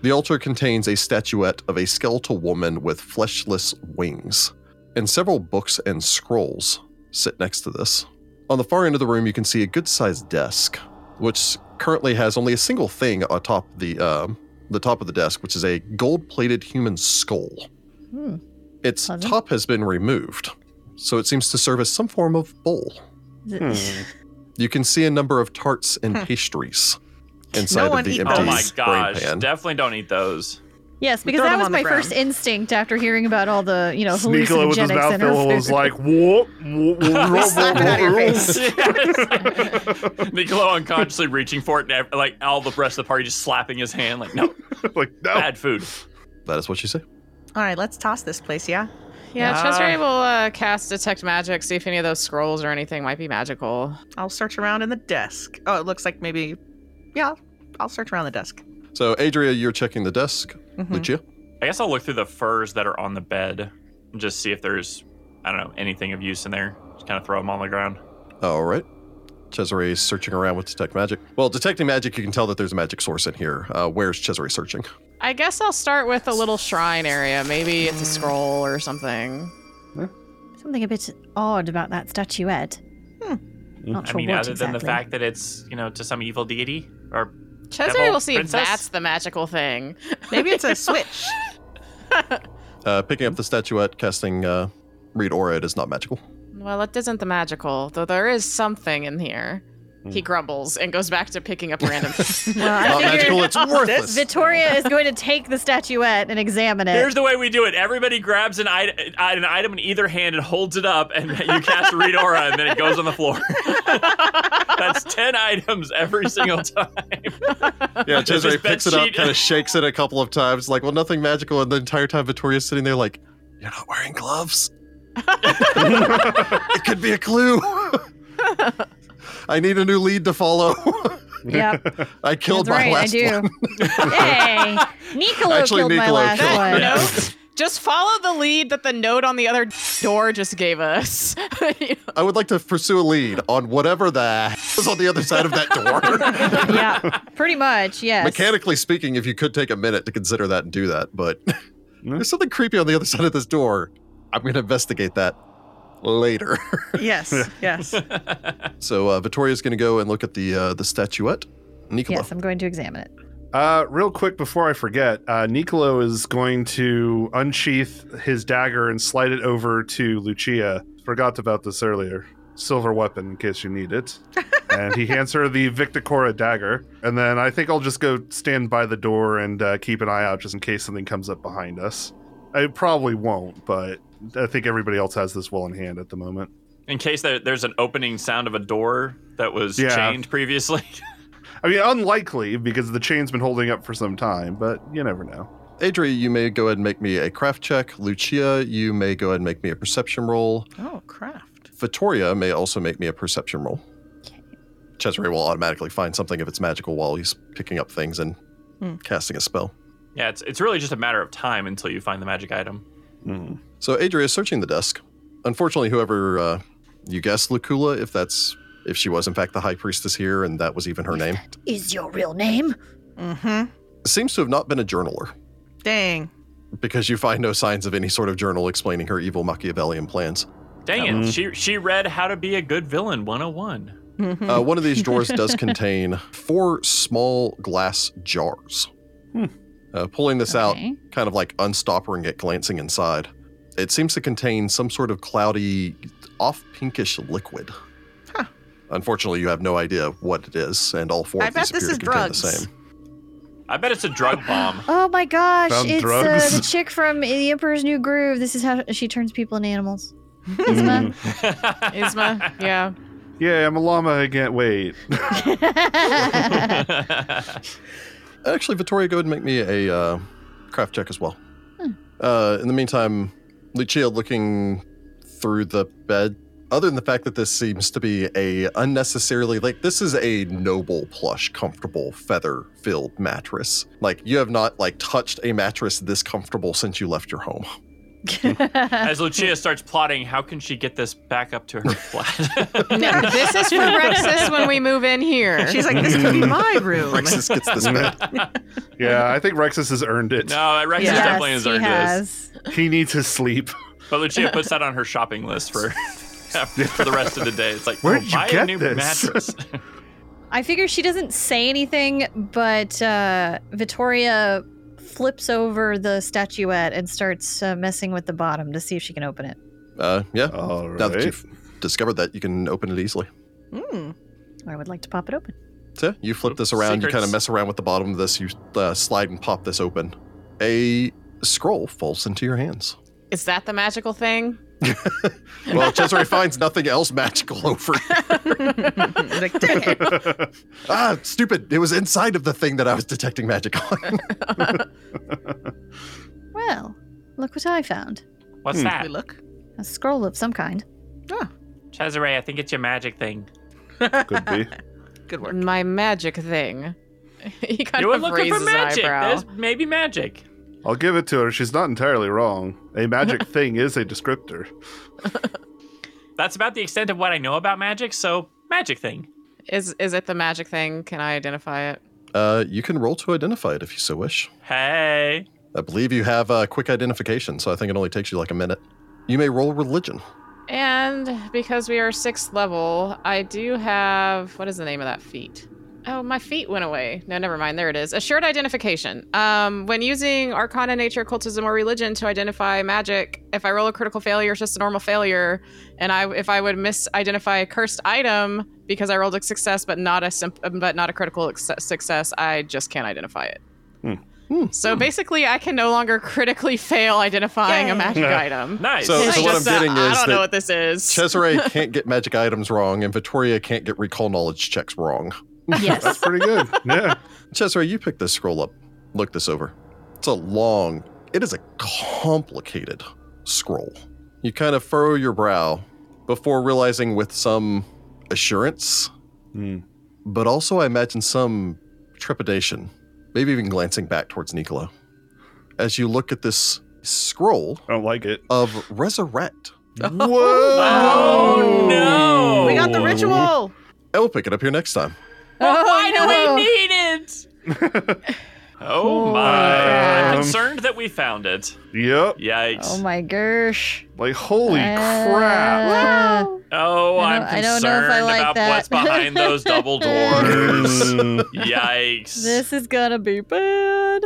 S1: The altar contains a statuette of a skeletal woman with fleshless wings, and several books and scrolls sit next to this. On the far end of the room, you can see a good sized desk, which currently has only a single thing atop the, um the top of the desk, which is a gold plated human skull.
S3: Hmm.
S1: Its
S3: Pleasant.
S1: top has been removed, so it seems to serve as some form of bowl.
S3: Is it-
S4: Hmm.
S1: You can see a number of tarts and
S5: Hmm.
S1: pastries inside
S5: one
S1: of the
S5: eat
S1: empty
S2: Oh my
S5: those.
S1: brain
S2: gosh!
S1: pan.
S2: Definitely don't eat those.
S3: Yes,
S5: We
S3: because
S5: throw
S3: that
S5: them
S3: was
S5: on the
S3: my
S5: ground.
S3: first instinct after hearing about all the you know
S4: Sneakla with his
S3: hallucinogenics
S4: mouth
S3: in her
S4: full was
S3: food.
S4: like, whoop, whoop, whoop,
S5: slap it out of your face.
S2: Yes. Niccolo unconsciously reaching for it, and like all the rest of the party just slapping his hand, like no,
S4: like, no.
S2: bad food.
S1: That is what you say.
S5: All right, let's toss this place, yeah?
S6: Yeah,
S2: Yeah.
S6: Chesire will uh, cast Detect Magic, see if any of those scrolls or anything might be magical.
S5: I'll search around in the desk. Oh, it looks like maybe, yeah, I'll search around the desk.
S1: So, Adria, you're checking the desk.
S5: Mhm.
S1: Lucia,
S2: I guess I'll look through the furs that are on the bed and just see if there's, I don't know, anything of use in there. Just kind of throw them on the ground.
S1: all right. Cesare is searching around with detect magic. Well, detecting magic, you can tell that there's a magic source in here. Uh, where's Cesare searching?
S6: I guess I'll start with a little shrine area. Maybe it's a
S3: Mm.
S6: scroll or something.
S3: something a bit odd about that statuette.
S5: Hmm.
S3: Not
S2: Mm, I
S3: sure
S2: mean,
S3: what
S2: other than the
S3: exactly.
S2: fact that it's, you know, to some evil deity or
S6: Chesire
S2: Devil
S6: will see
S2: princess?
S6: if that's the magical thing.
S5: Maybe it's a switch.
S1: Uh, picking up the statuette, casting uh, Read Aura, it is not magical.
S6: Well, it isn't the magical, though there is something in here. He
S2: Hmm.
S6: grumbles and goes back to picking up random.
S1: Not magical, it's worthless.
S3: Victoria is going to take the statuette and examine it.
S2: Here's the way we do it. Everybody grabs an, it- an item in either hand and holds it up, and you cast Read Aura, and then it goes on the floor. That's 10 items every single time.
S1: Yeah,
S2: This
S1: Cesare
S2: is bed
S1: picks it up,
S2: sheet.
S1: kind of shakes it a couple of times, like, well, nothing magical. And the entire time, Victoria's sitting there, like, you're not wearing gloves. it could be a clue. I need a new lead to follow.
S3: Yep,
S1: I killed
S3: that's
S1: my
S3: right.
S1: last
S3: I
S1: one.
S3: do. Yay, Niccolo
S1: Actually,
S3: killed my
S1: Niccolo
S3: last
S1: killed
S3: one.
S1: mine.
S6: That note. Just follow the lead that the note on the other door just gave us.
S1: I would like to pursue a lead on whatever the heck is on the other side of that door.
S3: yeah, pretty much. Yes.
S1: Mechanically speaking, if you could take a minute to consider that and do that, but
S2: Mm-hmm.
S4: No.
S1: there's something creepy on the other side of this door. I'm going to investigate that later.
S5: yes, yes.
S1: so uh, Victoria's going to go and look at the uh, the statuette. Nicola.
S3: Yes, I'm going to examine it.
S4: Uh, real quick before I forget, uh, Niccolo is going to unsheath his dagger and slide it over to Lucia. Forgot about this earlier. Silver weapon in case you need it. and he hands her the Victicora dagger. And then I think I'll just go stand by the door and uh, keep an eye out just in case something comes up behind us. I probably won't, but I think everybody else has this well in hand at the moment.
S2: In case there, there's an opening sound of a door that was
S4: Yeah.
S2: chained previously.
S4: I mean, unlikely because the chain's been holding up for some time, but you never know.
S1: Adria, you may go ahead and make me a craft check. Lucia, you may go ahead and make me a perception roll.
S5: Oh, craft.
S1: Vittoria may also make me a perception roll. Cesare will automatically find something if it's magical while he's picking up things and
S5: Hmm.
S1: casting a spell.
S2: Yeah, it's, it's really just a matter of time until you find the magic item.
S4: Mm.
S1: So Adria is searching the desk. Unfortunately, whoever uh, you guessed Lucula, if that's if she was in fact the high priestess here and that was even her name,
S3: Is your real name?
S5: Mm-hmm.
S1: seems to have not been a journaler
S5: Dang.
S1: because you find no signs of any sort of journal explaining her evil Machiavellian plans.
S2: Dang it,
S4: Mm.
S2: she, she read How to Be a Good Villain 101.
S5: Mhm.
S1: Uh, one of these drawers does contain four small glass jars.
S4: Hmm.
S1: Uh, pulling this out,
S3: Okay.
S1: kind of like unstoppering it, glancing inside, it seems to contain some sort of cloudy, off pinkish liquid.
S5: Huh.
S1: Unfortunately, you have no idea what it is, and all four
S5: I
S1: of
S5: bet
S1: these appear
S5: this
S1: to
S5: is
S1: contain
S5: drugs.
S1: the same.
S2: I bet it's a drug bomb.
S3: Oh my gosh!
S4: Found
S3: it's uh,
S4: drugs.
S3: the chick from The Emperor's New Groove. This is how she turns people into animals. Isma.
S4: Mm.
S6: Isma, yeah.
S4: Yeah, I'm a llama again. Wait.
S1: Actually, Vittoria, go ahead and make me a uh, craft check as well. Uh, in the meantime, Lucia looking through the bed. Other than the fact that this seems to be a unnecessarily like this is a noble plush, comfortable feather filled mattress. Like you have not like touched a mattress this comfortable since you left your home.
S2: As Lucia starts plotting, how can she get this back up to her flat?
S6: No, this is for Rexus when we move in here.
S5: She's like, this could
S1: Mm.
S5: be my room.
S1: Rexus gets this bed.
S4: Yeah, I think Rexus has earned it.
S2: no, I reckon
S5: Yes,
S2: definitely has
S3: he
S2: earned this.
S3: has.
S4: He needs his sleep.
S2: But Lucia puts that on her shopping list for for the rest of the day. It's like,
S4: Where'd
S2: oh,
S4: you
S2: buy a
S4: get
S2: new
S4: this?
S2: mattress.
S3: I figure she doesn't say anything, but uh, Vittoria flips over the statuette and starts uh, messing with the bottom to see if she can open it.
S1: Uh, yeah.
S4: All
S1: Now that
S4: right.
S1: you've discovered that, you can open it easily.
S5: Mm.
S3: Or I would like to pop it open.
S1: So you flip this around, you kind of
S2: Secrets.
S1: mess around with the bottom of this, you uh, slide and pop this open. A scroll falls into your hands.
S6: Is that the magical thing?
S1: Well, Cesare finds nothing else magical over.
S5: like, dang it.
S1: Ah, stupid. It was inside of the thing that I was detecting magic on.
S3: Well, look what I found.
S2: What's
S4: Hmm.
S2: that?
S5: We look. Ah,
S3: A scroll of some kind.
S2: Cesare, I think it's your magic thing.
S4: Could be.
S5: Good work.
S6: My magic thing. He kind
S2: you were
S6: of
S2: looking
S6: raises
S2: for magic.
S6: an eyebrow.
S2: There's maybe magic.
S4: I'll give it to her. She's not entirely wrong. A magic thing is a descriptor.
S2: That's about the extent of what I know about magic, so magic thing.
S6: Is is it the magic thing? Can I identify it?
S1: uh, you can roll to identify it if you so wish.
S2: Hey.
S1: I believe you have uh, quick identification, so I think it only takes you like a minute. You may roll religion.
S6: And because we are sixth level, I do have what is the name of that feat? Oh, my feet went away. No, never mind. There it is. Assured identification. Um, when using Arcana, Nature, Occultism, or Religion to identify magic, if I roll a critical failure, it's just a normal failure. And I, if I would misidentify a cursed item because I rolled a success but not a simp- um, but not a critical ex- success, I just can't identify it.
S4: Hmm.
S1: Hmm.
S6: So basically, I can no longer critically fail identifying a
S5: Yay.
S6: magic item.
S2: Nice.
S1: So-
S6: It's
S1: so what
S6: just
S1: I'm
S6: a-
S1: getting
S6: I
S1: is
S6: don't
S1: that
S6: know what this is.
S1: Cesare can't get magic items wrong, and Vittoria can't get recall knowledge checks wrong.
S4: That's
S3: Yes.
S4: pretty good. Yeah.
S1: Cesare, you pick this scroll up. Look this over. It's a long, it is a complicated scroll. You kind of furrow your brow before realizing with some assurance,
S4: Hmm.
S1: but also I imagine some trepidation, maybe even glancing back towards Nicola, as you look at this scroll
S4: I don't like it.
S1: of resurrect.
S4: Whoa!
S2: Oh, no.
S5: We got the ritual.
S1: I will pick it up here next time.
S2: Well, why do
S6: Oh, no.
S2: we need it? oh my.
S4: crap.
S2: I'm concerned that we found it.
S4: Yep.
S2: Yikes.
S3: oh my gosh.
S4: Like, holy
S3: Uh,
S4: crap.
S6: Ah.
S2: Oh,
S3: I
S2: I'm
S3: don't- I don't know if I
S2: concerned
S3: like
S2: about
S3: that.
S2: what's behind those double doors.
S4: Mm.
S2: Yikes.
S3: This is gonna be bad.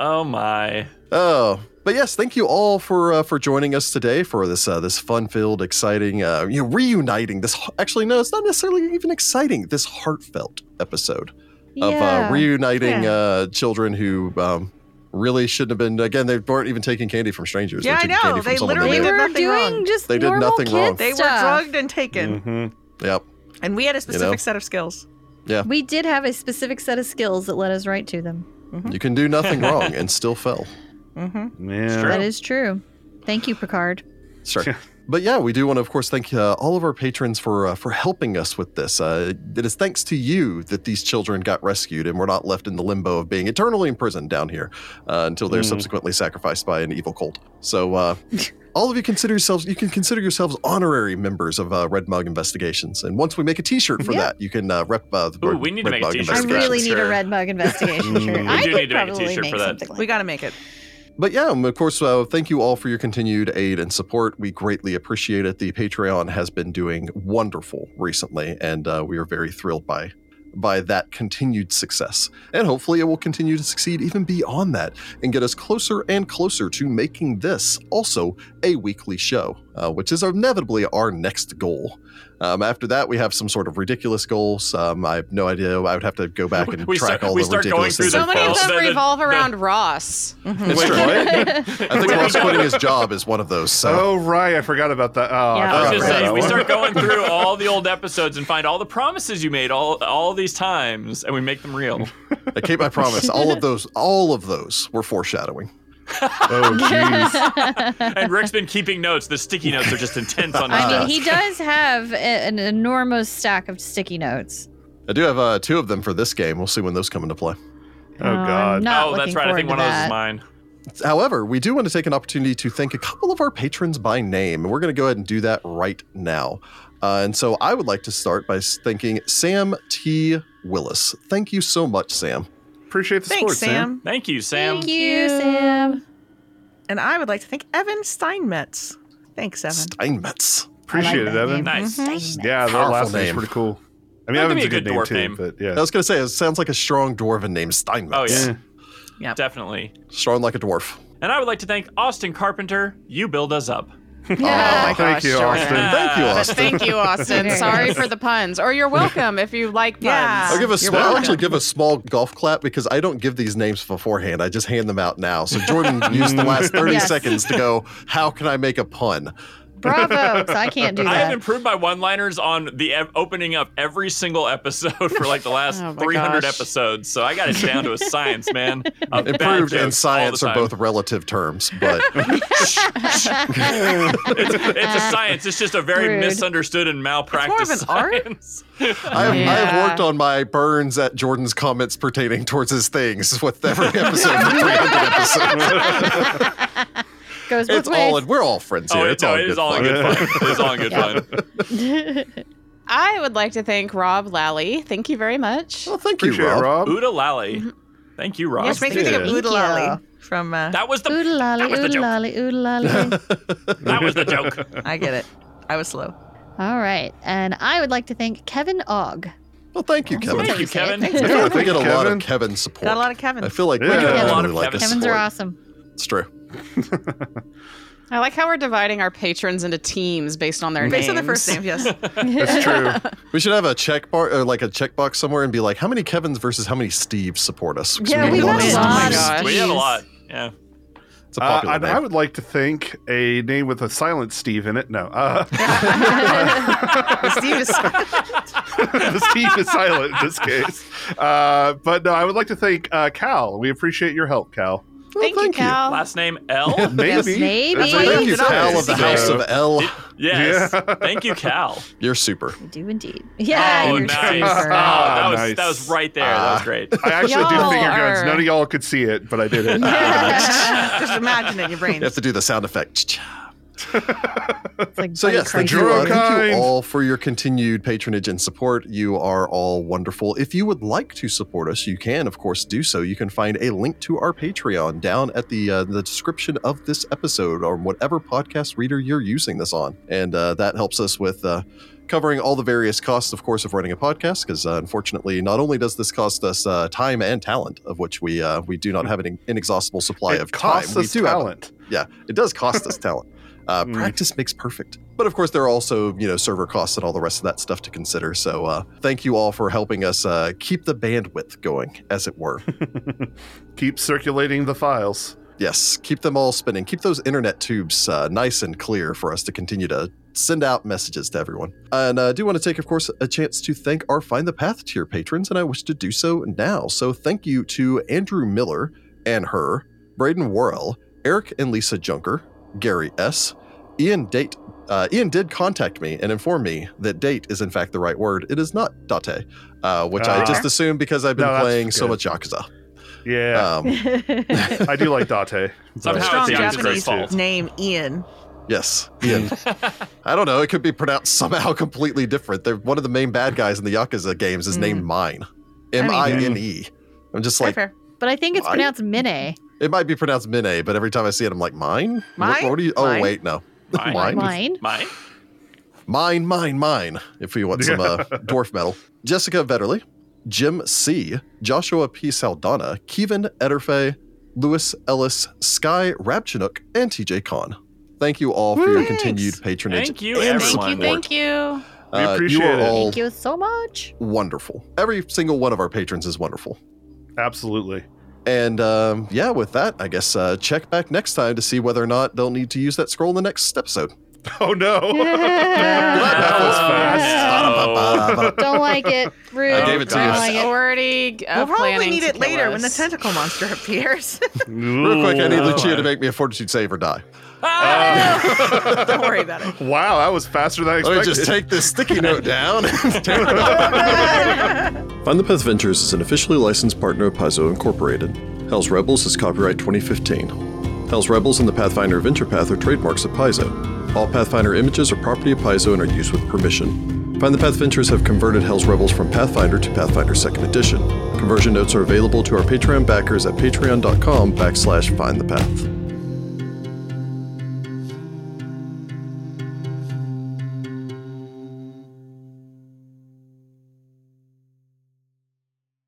S2: Oh my.
S1: Oh, but yes, thank you all for uh, for joining us today for this uh, this fun-filled, exciting, uh, you know, reuniting. This actually, no, it's not necessarily even exciting. This heartfelt episode of uh, reuniting
S5: Yeah.
S1: uh, children who um, really shouldn't have been. Again, they weren't even taking candy from strangers.
S5: Yeah, I
S1: they took
S5: know.
S1: Candy from
S5: They
S1: someone
S5: literally
S1: knew.
S3: they
S5: did
S3: were
S5: nothing
S3: doing
S5: wrong.
S3: just
S1: They did
S3: normal
S1: nothing
S3: kid
S1: wrong.
S5: They were
S3: stuff.
S5: drugged and taken,
S4: Mhm.
S1: Yep.
S5: and we had a specific
S1: Mm. know?
S5: set of skills.
S1: Yeah.
S3: We did have a specific set of skills that led us right to them.
S1: You can do nothing wrong and still fail.
S5: Mm-hmm.
S4: Yeah.
S2: True.
S3: That is true. Thank you, Picard.
S1: Sure. But yeah, we do want to, of course, thank uh, all of our patrons for uh, for helping us with this. Uh, it is thanks to you that these children got rescued, and we're not left in the limbo of being eternally imprisoned down here uh, until they're
S4: Mm.
S1: subsequently sacrificed by an evil cult. So, uh, all of you consider yourselves you can consider yourselves honorary members of uh, Red Mug Investigations. And once we make a T-shirt for
S3: Yeah.
S1: that, you can uh, rep uh, the
S2: Ooh,
S1: Red,
S2: we need to
S1: Red
S2: make a
S1: Mug
S2: t-shirt
S3: I
S2: for that.
S1: Investigations.
S3: really need a
S2: Sure.
S3: red mug investigation shirt.
S4: Mm.
S3: I
S2: We do
S3: could
S2: need to make a
S3: probably
S2: t-shirt
S3: make
S2: for that.
S3: something like
S5: We got to make it.
S1: But yeah, um, of course, uh, thank you all for your continued aid and support. We greatly appreciate it. The Patreon has been doing wonderful recently, and uh, we are very thrilled by by that continued success. And hopefully, it will continue to succeed even beyond that and get us closer and closer to making this also a weekly show, uh, which is inevitably our next goal. Um, after that, we have some sort of ridiculous goals. Um, I have no idea. I would have to go back and
S2: We
S1: track
S2: start-
S1: all
S2: we
S1: the
S2: start
S1: ridiculous
S2: going
S1: things.
S2: through
S6: So
S1: I've
S2: the-
S6: many
S1: followed.
S6: of
S2: No,
S6: them
S2: no, no.
S6: revolve around Ross.
S5: Mhm.
S1: It's
S4: Wait,
S1: true.
S4: what?
S1: I think Ross quitting his job is one of those. So.
S4: Oh, right. I forgot about that.
S3: Yeah.
S4: Oh,
S2: I
S1: Oh,
S2: was
S4: I
S2: gonna
S4: forgot
S1: right.
S2: say,
S4: about
S2: we
S4: that
S2: start
S4: one.
S2: going through all the old episodes and find all the promises you made all all these times, and we make them real.
S1: I keep my promise. All of those, all of those were foreshadowing.
S4: Oh, jeez.
S2: And Rick's been keeping notes. The sticky notes are just intense on his
S3: I mean,
S2: desk.
S3: he does have a- an enormous stack of sticky notes.
S1: I do have uh, two of them for this game. We'll see when those come into play.
S4: Oh,
S3: I'm
S4: God.
S3: not
S2: Oh, that's
S3: looking
S2: right. I
S3: forward
S2: think
S3: to
S2: one of those
S3: that.
S2: is mine.
S1: However, we do want to take an opportunity to thank a couple of our patrons by name, and we're going to go ahead and do that right now. Uh, and so I would like to start by s- thanking Sam T. Willis. Thank you so much, Sam.
S4: Appreciate the
S5: Thanks,
S4: support, Sam.
S5: Sam.
S2: Thank you, Sam.
S3: Thank you, Sam.
S5: And I would like to thank Evan Steinmetz. Thanks, Evan.
S1: Steinmetz.
S3: I
S4: Appreciate
S3: like
S4: it,
S3: that
S4: Evan.
S3: name.
S2: Nice.
S3: Steinmetz.
S4: Yeah, that
S1: Powerful
S4: last
S1: name.
S4: name's pretty cool. I
S2: That'd
S4: mean, Evan's
S2: be
S4: a
S2: a
S4: good
S2: good
S4: name
S2: dwarf
S4: too,
S2: name.
S4: but yeah.
S1: I was going to say, it sounds like a strong dwarven name,
S2: Oh
S1: Steinmetz.
S2: yeah,
S5: Yeah.
S2: definitely.
S1: Strong like a dwarf.
S2: And I would like to thank Austin Carpenter. You build us up.
S6: Yeah.
S4: Oh, thank you,
S6: Jordan.
S4: Austin.
S1: Thank you,
S2: Ah,
S6: But
S1: Austin.
S6: thank you, Austin.
S3: Very
S6: Sorry
S3: nice.
S6: for the puns. Or you're welcome if you like puns.
S5: Yeah.
S2: Um,
S1: I'll give a
S5: You're
S1: small, I'll
S5: welcome.
S1: actually give a small golf clap because I don't give these names beforehand. I just hand them out now. So Jordan used the last 30
S3: Yes.
S1: seconds to go, how can I make a pun?
S3: Bravo. 'cause I can't do
S2: I have
S3: that.
S2: improved my one-liners on the ev- opening of every single episode for like the last
S6: Oh my
S2: 300
S6: gosh.
S2: episodes, so I got it down to a science, man. Of bad
S1: Improved
S2: jokes all
S1: and
S2: the
S1: science are
S2: time.
S1: both relative terms, but
S2: It's, it's a science. It's just a very
S3: Rude.
S2: misunderstood and malpractice
S5: It's more of an art?
S2: science.
S1: I have, I have
S6: Yeah.
S1: worked on my burns at Jordan's comments pertaining towards his things with every episode for 300 episodes.
S3: Goes both
S1: It's all,
S3: ways.
S1: in, we're all friends here.
S2: Oh,
S1: it's
S2: no,
S1: all
S2: it
S1: good
S2: is all in
S1: fun.
S2: good fun. It is all in good fun.
S6: I would like to thank Rob Lally. Thank you very much.
S1: Well, thank you,
S4: Appreciate
S1: Rob.
S4: it, Rob.
S2: Uda Lally. Thank you, Ross.
S5: Yes, makes me think of
S4: Yeah.
S5: Oodle Lally from. Uh,
S2: that was the
S3: Oodalali,
S2: that was the joke.
S3: oodalali, oodalali.
S2: that was the joke.
S5: I get it. I was slow.
S3: All right. And I would like to thank Kevin Ogg.
S1: Well, thank you, Kevin.
S2: Oh, Thank you,
S3: Say it.
S2: Kevin.
S1: I feel like we
S4: Thank you,
S1: get a lot
S4: Kevin.
S1: of Kevin support.
S5: Got a lot of Kevin.
S1: I feel like we
S4: Yeah.
S1: get a lot of
S2: Yeah.
S1: like
S2: Kevin's
S3: Kevins are awesome.
S1: It's true.
S6: I like how we're dividing our patrons into teams based on their names.
S5: Based on the first name, yes.
S4: That's true.
S1: We should have a check bar or like a checkbox somewhere and be like, how many Kevins versus how many Steves support us? 'Cause
S3: Yeah,
S1: need
S3: we
S1: a lot of
S3: got a
S1: Steves.
S6: lot of-
S3: Oh gosh.
S2: We had a lot. Yeah.
S1: It's a
S4: Uh,
S1: popular
S4: and
S1: name.
S4: I would like to thank a name with a silent Steve in it. No, uh,
S5: Steve is.
S4: the Steve is silent in this case. Uh, but no, I would like to thank uh, Cal. We appreciate your help, Cal.
S1: Well,
S6: Thank, you, Cal.
S2: Last name L.
S4: Maybe,
S3: maybe.
S4: That's what
S1: Thank
S4: it
S1: you,
S4: is.
S1: Cal of the House of L.
S2: Yes.
S4: Yeah.
S2: Thank you, Cal.
S1: You're super.
S3: We do indeed. Yeah,
S2: oh,
S3: you're
S2: nice. Oh,
S3: super.
S2: that was
S4: Nice.
S2: that was right there. that was great.
S4: I actually
S6: Y'all
S4: did finger guns.
S6: are-
S4: None of y'all could see it, but I did it.
S5: Just imagine it in your brain.
S1: You have to do the sound effect.
S3: It's like
S1: So
S3: Buddy
S1: yes, thank
S3: Craig.
S1: you, uh, thank you
S4: Jurokind.
S1: all for your continued patronage and support. You are all wonderful. If you would like to support us, you can, of course, do so. You can find a link to our Patreon down at the uh, the description of this episode or whatever podcast reader you're using this on, and uh, that helps us with. Uh, Covering all the various costs, of course, of running a podcast, because uh, unfortunately, not only does this cost us uh, time and talent, of which we uh, we do not have an in- inexhaustible supply of
S4: Hmm. It
S1: time,
S4: costs
S1: we
S4: us
S1: do have
S4: talent.
S1: yeah, it does cost us talent. Uh,
S4: Mm.
S1: Practice makes perfect. But of course, there are also you know server costs and all the rest of that stuff to consider. So uh, thank you all for helping us uh, keep the bandwidth going, as it were.
S4: Keep circulating the files.
S1: Yes, keep them all spinning. Keep those internet tubes uh, nice and clear for us to continue to send out messages to everyone. And uh, I do want to take, of course, a chance to thank our Find the Path tier patrons, and I wish to do so now. So thank you to Andrew Miller and her, Braden Worrell, Eric and Lisa Junker, Gary S., Ian Date. Uh, Ian did contact me and inform me that date is in fact the right word. It is not date, uh, which I
S4: Ah.
S1: just assumed because I've been
S4: No, that's
S1: playing so
S4: good.
S1: much Yakuza.
S4: Yeah,
S1: Um,
S4: I do like Date. but-
S2: Somehow
S5: Strong
S2: it's Yakuza's
S5: Japanese
S2: fault.
S5: name Ian.
S1: Yes. Ian. I don't know. It could be pronounced somehow completely different. They're, one of the main bad guys in the Yakuza games is named Mine.
S5: Mm. mean-
S1: M I N E. I'm just like,
S5: Fair.
S3: but I think it's
S1: Why?
S3: pronounced Mine.
S1: it might be pronounced Mine, but every time I see it, I'm like, Mine? What-
S5: Mine?
S1: What, are you? Oh,
S5: Mine?
S1: wait, no.
S2: Mine?
S1: Mine?
S3: Mine.
S2: Mine?
S1: Mine, mine, mine, if we want some uh, dwarf metal. Jessica Vetterly, Jim C., Joshua P. Saldana, Kevin Ederfe, Lewis Ellis, Sky Rabchinook, and TJ Khan. Thank you all for your
S5: Thanks.
S1: continued patronage.
S2: Thank you,
S1: and
S2: everyone.
S7: Thank you,
S1: support.
S7: thank you.
S4: We
S1: Uh,
S4: appreciate
S1: you are
S4: it.
S1: all
S3: Thank you so much.
S1: wonderful. Every single one of our patrons is wonderful.
S4: Absolutely.
S1: And um, yeah, with that, I guess uh, check back next time to see whether or not they'll need to use that scroll in the next episode.
S4: Oh no.
S1: That was
S2: Oh, fast.
S1: Ba-da-ba-ba-ba.
S3: Don't like it. Rude.
S2: Oh,
S1: I gave it to
S3: Don't
S1: you.
S3: like it.
S6: Oh, already. Uh,
S5: we'll probably
S6: planning
S5: need
S6: to
S5: it
S6: kill
S5: later when the
S6: us.
S5: tentacle monster appears.
S1: Real quick, I need
S4: Ooh.
S1: Lucia to make me a fortitude save or die.
S5: Don't worry about it.
S4: Wow, that was faster than I
S1: Let me
S4: expected.
S1: just take this sticky note down and tear it off. Find the Path Ventures is an officially licensed partner of Paizo Incorporated. Hell's Rebels is copyright 2015. Hell's Rebels and the Pathfinder Adventure Path are trademarks of Paizo. All Pathfinder images are property of Paizo and are used with permission. Find the Path Ventures have converted Hell's Rebels from Pathfinder to Pathfinder Second Edition. Conversion notes are available to our Patreon backers at patreon.com backslash find the path.